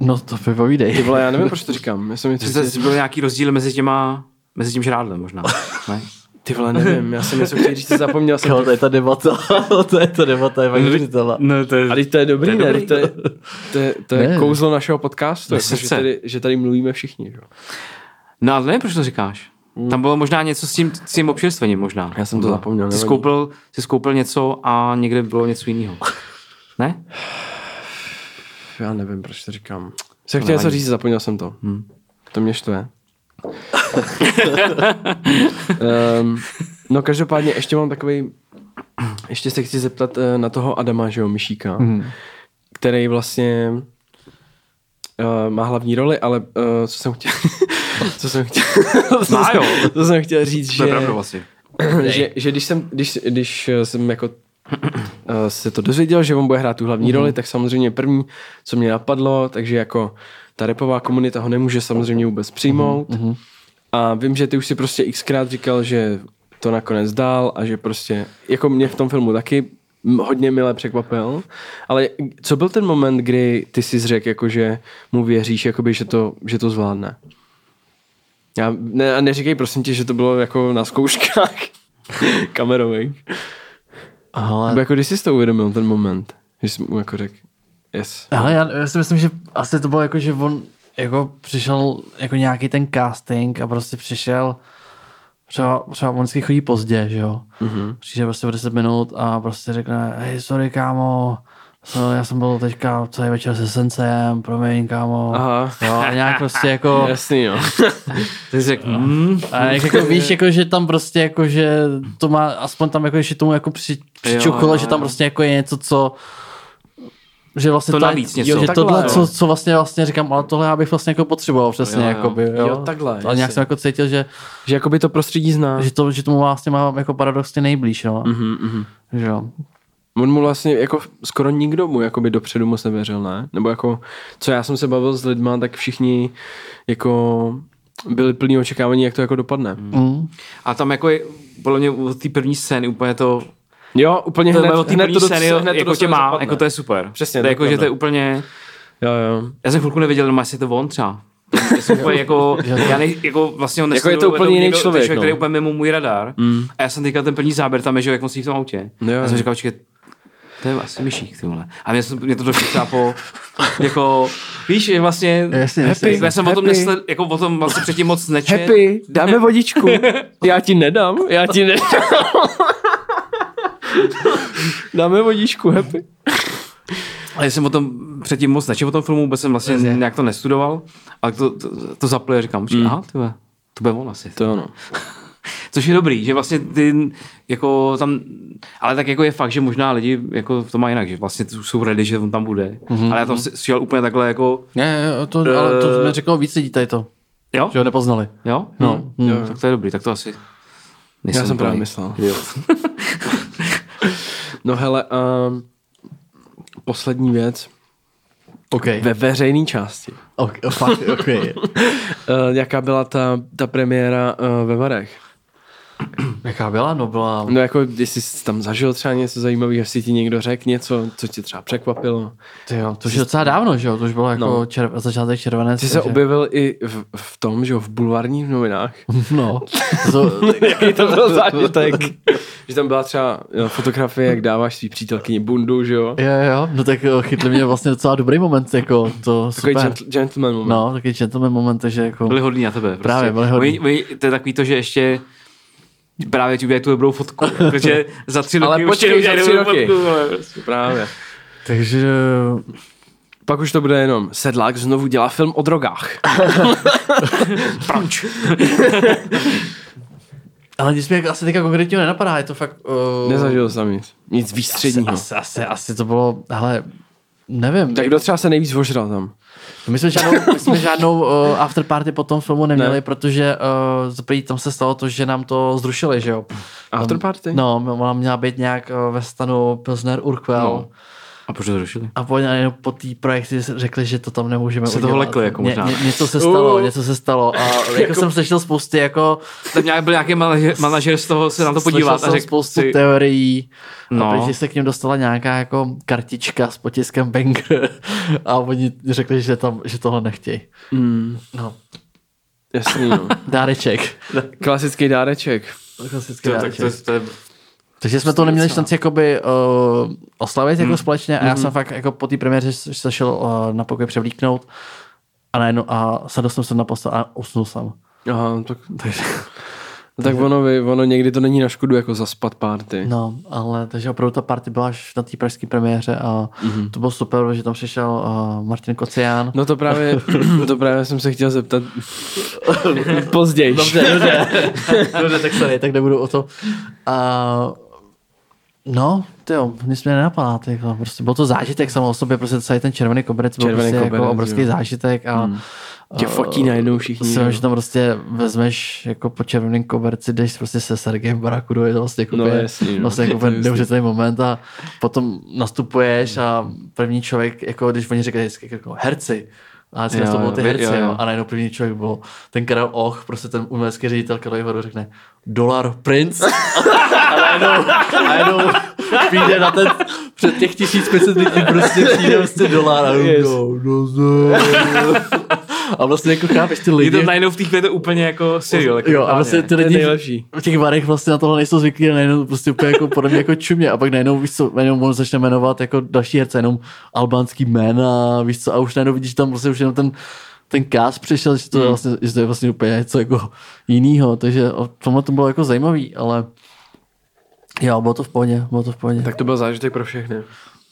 S3: No to vypovídej.
S1: Ty vole, já nevím, proč to říkám. Já jsem něco,
S2: Přece byl nějaký rozdíl mezi těma, mezi tím žrádlem možná. Ne?
S1: ty vole, nevím, já jsem něco chtěl říct, zapomněl jsem.
S3: Jo, Jako, to je ta debata, to je ta debata, je neuvěřitelná.
S2: No, to
S1: A
S2: je...
S1: teď to je dobrý,
S2: To je
S1: ne?
S2: dobrý.
S1: Vždyť To je, to je, to
S3: Ne.
S1: je kouzlo našeho podcastu, jako, že,
S2: srdce.
S1: tady, že tady mluvíme všichni. Že? jo.
S2: no ale nevím, proč to říkáš. Tam bylo možná něco s tím, s tím občerstvením možná.
S1: Mm. Já jsem to
S2: Bylo.
S1: zapomněl,
S2: Jsi
S1: nevadí.
S2: skoupil, jsi skoupil něco a někde bylo něco jiného. Ne?
S1: Já nevím, proč to říkám. Jsem chtěl něco
S2: nevadí.
S1: říct, zapomněl jsem to. To mě štve. um, no každopádně ještě mám takový, ještě se chci zeptat eh, na toho Adama, že jo, Myšíka, který vlastně uh, má hlavní roli, ale uh, co jsem chtěl, co jsem chtěl, co,
S2: Má,
S1: jsem,
S2: jo.
S1: co jsem chtěl říct, že,
S2: To je pravda vlastně.
S1: že, že když jsem, když, když eh, jsem jako eh, se to dozvěděl, že on bude hrát tu hlavní roli, tak samozřejmě první, co mě napadlo, takže jako ta repová komunita ho nemůže samozřejmě vůbec přijmout. A vím, že ty už si prostě xkrát říkal, že to nakonec dál a že prostě, jako mě v tom filmu taky m- hodně milé překvapil, ale co byl ten moment, kdy ty si řekl, jako že mu věříš, jakoby, že to, že to zvládne? Já, ne, a neříkej prosím tě, že to bylo jako na zkouškách kamerových.
S3: Ale,
S1: Nebo jako když jsi to uvědomil ten moment, že jsi mu jako řekl yes.
S3: ale já, já si myslím, že asi to bylo jako, že on jako přišel jako nějaký ten casting a prostě přišel třeba, třeba on vždycky chodí pozdě, že jo. Mm-hmm. Přijde prostě o 10 minut a prostě řekne, hej, sorry kámo, so, já jsem byl teďka celý večer se Sensem, promiň kámo.
S1: Aha.
S3: Jo, a nějak prostě jako...
S1: Jasný, jo.
S2: Ty jsi řekl, mm,
S3: A jak jako víš, jako, že tam prostě jako, že to má, aspoň tam jako, že tomu jako při, přičuklo,
S2: jo,
S3: že tam
S2: jo.
S3: prostě jako je něco, co že vlastně
S2: To
S3: ta-
S2: navíc něco.
S3: Jo, že
S1: Takhle,
S3: tohle,
S1: jo.
S3: co, co, vlastně, vlastně říkám, ale tohle já bych vlastně jako potřeboval přesně,
S2: Jo,
S3: jo,
S2: jo.
S3: jakoby, jo.
S1: Jo, takhle,
S3: Ale nějak
S1: jasně.
S3: jsem jako cítil, že,
S1: že jakoby to prostředí zná.
S3: že, to, že tomu vlastně mám jako paradoxně nejblíž, no. Mm-hmm, Že jo.
S1: Mhm, On mu vlastně jako skoro nikdo mu jakoby dopředu moc nevěřil, ne? Nebo jako, co já jsem se bavil s lidma, tak všichni jako byli plní očekávání, jak to jako dopadne.
S3: Mm.
S2: a tam jako je, podle mě od té první scény úplně to,
S1: Jo, úplně
S2: to
S1: hned,
S2: od té
S1: hned
S2: první
S1: to do,
S2: scény
S1: hned to
S2: jako
S1: do
S2: tě
S1: sebe
S2: má,
S1: zapadne.
S2: jako to je super.
S1: Přesně,
S2: to
S1: to
S2: je
S1: je
S2: jako, že to
S1: pravda.
S2: je úplně,
S1: Jo, jo.
S2: Já jsem chvilku nevěděl, no, jestli je to on třeba. Já jsem úplně jako, já nej, jako vlastně on
S1: Jako je to
S2: nesleduju,
S1: úplně
S2: jenom
S1: jiný
S2: někdo-
S1: člověk,
S2: člověk
S1: no.
S2: který je úplně mimo můj radar. Mm. A já jsem teďka ten první záběr tam je, že jo, jak on sedí v tom autě.
S1: No jo,
S2: já jsem
S1: jo.
S2: říkal, čekaj, to je asi myšík, ty vole. A mě, jsem, mě to došlo třeba po, jako, víš, je vlastně,
S3: Jasně, jasně,
S2: happy,
S3: jasně.
S2: já jsem o tom,
S1: Happy.
S2: nesled, jako o tom vlastně předtím moc nečet.
S1: Happy, dáme vodičku. Já ti nedám, já ti nedám. dáme vodičku, happy.
S2: Ale já jsem o tom předtím moc nečetl o tom filmu, vůbec jsem vlastně nějak to nestudoval, ale to, to, to zaplo a říkám, mm. aha, ty vole, to bude on asi.
S1: To ano.
S2: Což je dobrý, že vlastně ty jako tam, ale tak jako je fakt, že možná lidi jako to má jinak, že vlastně tu jsou ready, že on tam bude, mm-hmm. ale já tam si- šel úplně takhle jako,
S3: Ne, jo, to, ale to mi řeklo víc lidí tady to,
S2: jo,
S3: že ho nepoznali.
S2: jo, no, mm. jo, tak to je dobrý, tak to asi nejsem
S1: Já jsem právě
S2: úplný
S1: myslel.
S2: idiot.
S1: No hele, um, poslední věc.
S3: OK.
S1: Ve veřejné části.
S3: OK, fakt, OK.
S1: Uh, jaká byla ta, ta premiéra uh, ve Varech?
S3: Jaká byla? No byla...
S1: No jako, jestli jsi tam zažil třeba něco zajímavého, jestli ti někdo řekl něco, co tě třeba překvapilo.
S3: Ty jo, to už je docela dávno, že jo? To už bylo jako
S1: No.
S3: červ, začátek červenec.
S1: Ty se
S3: takže-
S1: objevil i v, v tom, že jo, v bulvárních novinách.
S3: No. To,
S1: Jaký to byl zážitek? že tam byla třeba jo, fotografie, jak dáváš svý přítelkyni bundu, že jo?
S3: Jo, jo, no tak jo, chytli mě vlastně docela dobrý moment, jako to
S1: Takový
S3: super.
S1: gentle, gentleman moment.
S3: No, takový gentleman moment, takže jako...
S2: Byli hodní na tebe. Prostě.
S3: Právě, byli
S2: Oni,
S3: hodní.
S2: oni, to je takový to, že ještě právě ti udělají tu dobrou fotku, protože za tři roky
S1: Ale
S2: už ti
S1: počkej, za
S2: neudělají
S1: tři
S2: dobrou
S1: roky.
S2: fotku, vole,
S3: No.
S2: prostě.
S1: Právě.
S3: Takže...
S1: Pak už to bude jenom Sedlák znovu dělá film o drogách.
S2: Proč?
S3: Ale nic mě jako asi teďka konkrétně nenapadá, je to fakt... Uh,
S1: Nezažil jsem nic. Nic
S3: asi,
S1: výstředního.
S3: asi, asi, asi, to bylo, hele, nevím.
S1: Tak kdo třeba se nejvíc ožral tam?
S3: My jsme žádnou, my jsme žádnou uh, afterparty po tom filmu neměli,
S1: Ne.
S3: ne. protože uh, zaprvé tam se stalo to, že nám to zrušili, že jo.
S1: Afterparty?
S3: No, ona měla být nějak uh, ve stanu Pilsner Urquell.
S2: No.
S3: No.
S2: A proč to zrušili?
S3: A po, a po té projekci řekli, že to tam nemůžeme
S2: Se toho
S3: udělat.
S2: lekli, jako možná.
S3: Ně, ně, něco se stalo,
S1: Uh.
S3: něco se stalo. A jako,
S1: Jako-
S3: jsem slyšel spousty, jako...
S2: Tam nějak byl nějaký manažer, manažer z toho se na to podívat
S3: slyšel
S2: a
S3: jsem
S2: řekl
S3: spoustu
S2: si,
S3: teorií.
S2: No.
S3: No. A protože se k něm dostala nějaká jako kartička s potiskem banger. A oni řekli, že, tam, že tohle nechtějí.
S2: Hmm.
S1: Mm,
S3: No,
S1: jasný, no.
S3: dáreček.
S1: Klasický dáreček.
S3: Klasický
S2: to, tak
S3: dáreček.
S2: to, to, to, je-
S3: Takže
S1: Prostě
S3: jsme to neměli šanci jakoby uh, oslavit
S1: Mhm.
S3: jako společně a já jsem fakt jako po té premiéře s- se šel uh, na pokoj převlíknout a najednou a sadl jsem se na postel a usnul jsem.
S1: Aha, tak, takže, tak ono, vy- ono někdy to není na škodu jako zaspat party.
S3: No, ale takže opravdu ta party byla až na té pražské premiéře a mm-hmm. to bylo super, že tam přišel uh, Martin Kocián.
S1: Mhm. No to právě, to právě jsem se chtěl zeptat později.
S3: Dobře, dobře. dobře, tak sorry, tak nebudu o to. A, no, ty jo, nic mě nenapadá, ty, jako, prostě byl to zážitek samo o sobě, prostě celý ten červený koberec byl
S1: Červený
S3: prostě
S1: koberec,
S3: jako obrovský
S1: jo. Mhm.
S3: jo. zážitek a hmm.
S1: Tě fotí najednou všichni.
S3: Myslím,
S1: jo.
S3: že tam prostě vezmeš jako po červeném koberci, jdeš prostě se Sergejem Barakudou, je to vlastně jako
S1: No,
S3: úplně-
S1: jasný, no.
S3: vlastně jako
S1: To je
S3: úplně
S1: jasný.
S3: neuvěřitelný moment a potom nastupuješ a první člověk, jako když oni říkají vždycky jako herci, a vždycky
S1: Jo,
S3: to bylo ty
S1: jo,
S3: herci,
S1: jo,
S3: jo,
S1: jo.
S3: a najednou první člověk byl ten Karel Och, prostě ten umělecký ředitel Karlovy Horu řekne dolar princ a najednou, najednou přijde na ten před těch 1500 lidí prostě přijde prostě dolar a
S1: Yes.
S3: yes. jo, no, no, no. A vlastně jako chápeš ty
S2: je
S3: lidi.
S2: to najednou v té chvíli to úplně jako serial. Jako
S3: jo, a
S2: totálně,
S3: vlastně
S2: ne?
S3: ty
S1: To je
S3: lidi
S1: nejlepší.
S3: v těch barech vlastně na tohle nejsou zvyklí a najednou prostě úplně jako podobně jako čumě a pak najednou víš co, najednou on začne jmenovat jako další herce, jenom albánský jména, víš co, a už najednou vidíš tam prostě už jenom ten ten kás přišel, že
S1: Hmm.
S3: to, je vlastně, že to je vlastně úplně něco jako jinýho, takže o tomhle to bylo jako zajímavý, ale jo, bylo to v pohodě, bylo to v pohodě.
S1: Tak to byl zážitek pro všechny.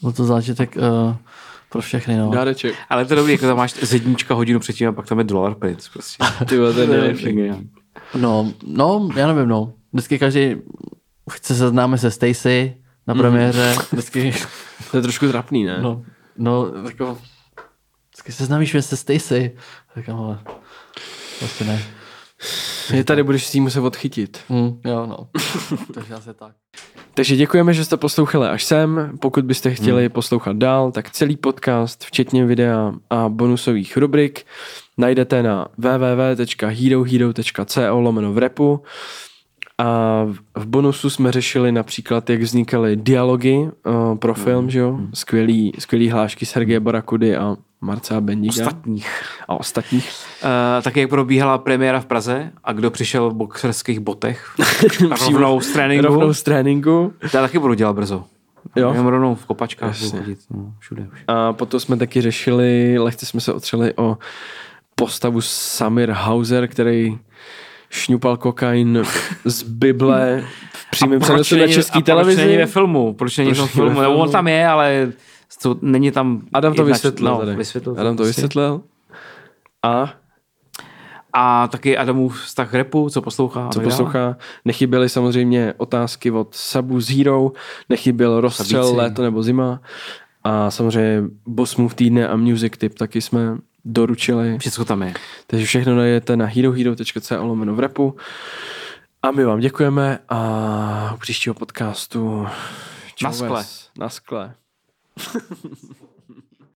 S3: Byl to zážitek uh, pro všechny, no.
S1: Dáreček.
S2: Ale to je dobrý, jako tam máš zednička hodinu předtím a pak tam je dolar princ prostě.
S1: Ty vole, to je
S2: To je
S1: nejlepší.
S2: geniální.
S3: No, no, já nevím, no. Vždycky každý chce seznáme se Stacy na
S1: Mhm.
S3: premiéře. Vždycky,
S1: To je trošku trapný, ne?
S3: no, no, jako, vždycky seznámíš mě se Stacy. Říkám, ale, prostě ne.
S1: Je tady budeš s tím muset odchytit.
S3: Hm, jo, no. Takže asi tak.
S1: Takže děkujeme, že jste poslouchali až sem. Pokud byste chtěli poslouchat dál, tak celý podcast, včetně videa a bonusových rubrik, najdete na www.herohero.co lomeno v repu. A v- v bonusu jsme řešili například, jak vznikaly dialogy eh, pro film, že jo? Skvělý, skvělý hlášky Sergeje Barakudy a Marca Bendiga
S2: Ostatních.
S1: a ostatních.
S2: Uh, taky jak probíhala premiéra v Praze a kdo přišel v boxerských botech a rovnou z tréninku,
S1: Rovnou z tréninku.
S2: to já taky budu dělat brzo.
S1: Jo.
S2: Jenom rovnou v kopačkách budu
S1: Jasně.
S2: chodit, no, všude už.
S1: A potom jsme taky řešili, lehce jsme se otřeli o postavu Samir Hauser, který šňupal kokain z Bible v přímém přenosu na
S2: není-
S1: české
S2: a Proč není ve
S1: televizi.
S2: filmu? Proč není v tom
S1: Proč není ve
S2: filmu? Nebo
S1: filmu?
S2: on tam je, ale to, není tam...
S1: Adam to
S2: jedna-
S1: vysvětlil.
S2: No,
S1: tady.
S2: vysvětlil
S1: Adam to
S2: prostě.
S1: vysvětlil. A
S2: A taky Adamův vztah k repu, co poslouchá. a
S1: co
S2: tak dále.
S1: poslouchá, nechyběly samozřejmě otázky od Sabu z Hero, nechyběl rozstřel
S2: Sabíci.
S1: léto nebo zima a samozřejmě Boss Move týdne a Music Tip taky jsme doručili.
S2: Všechno tam je.
S1: Takže všechno najdete na herohero.co lomeno v repu. A my vám děkujeme a u příštího podcastu.
S2: Na skle.
S1: Na skle.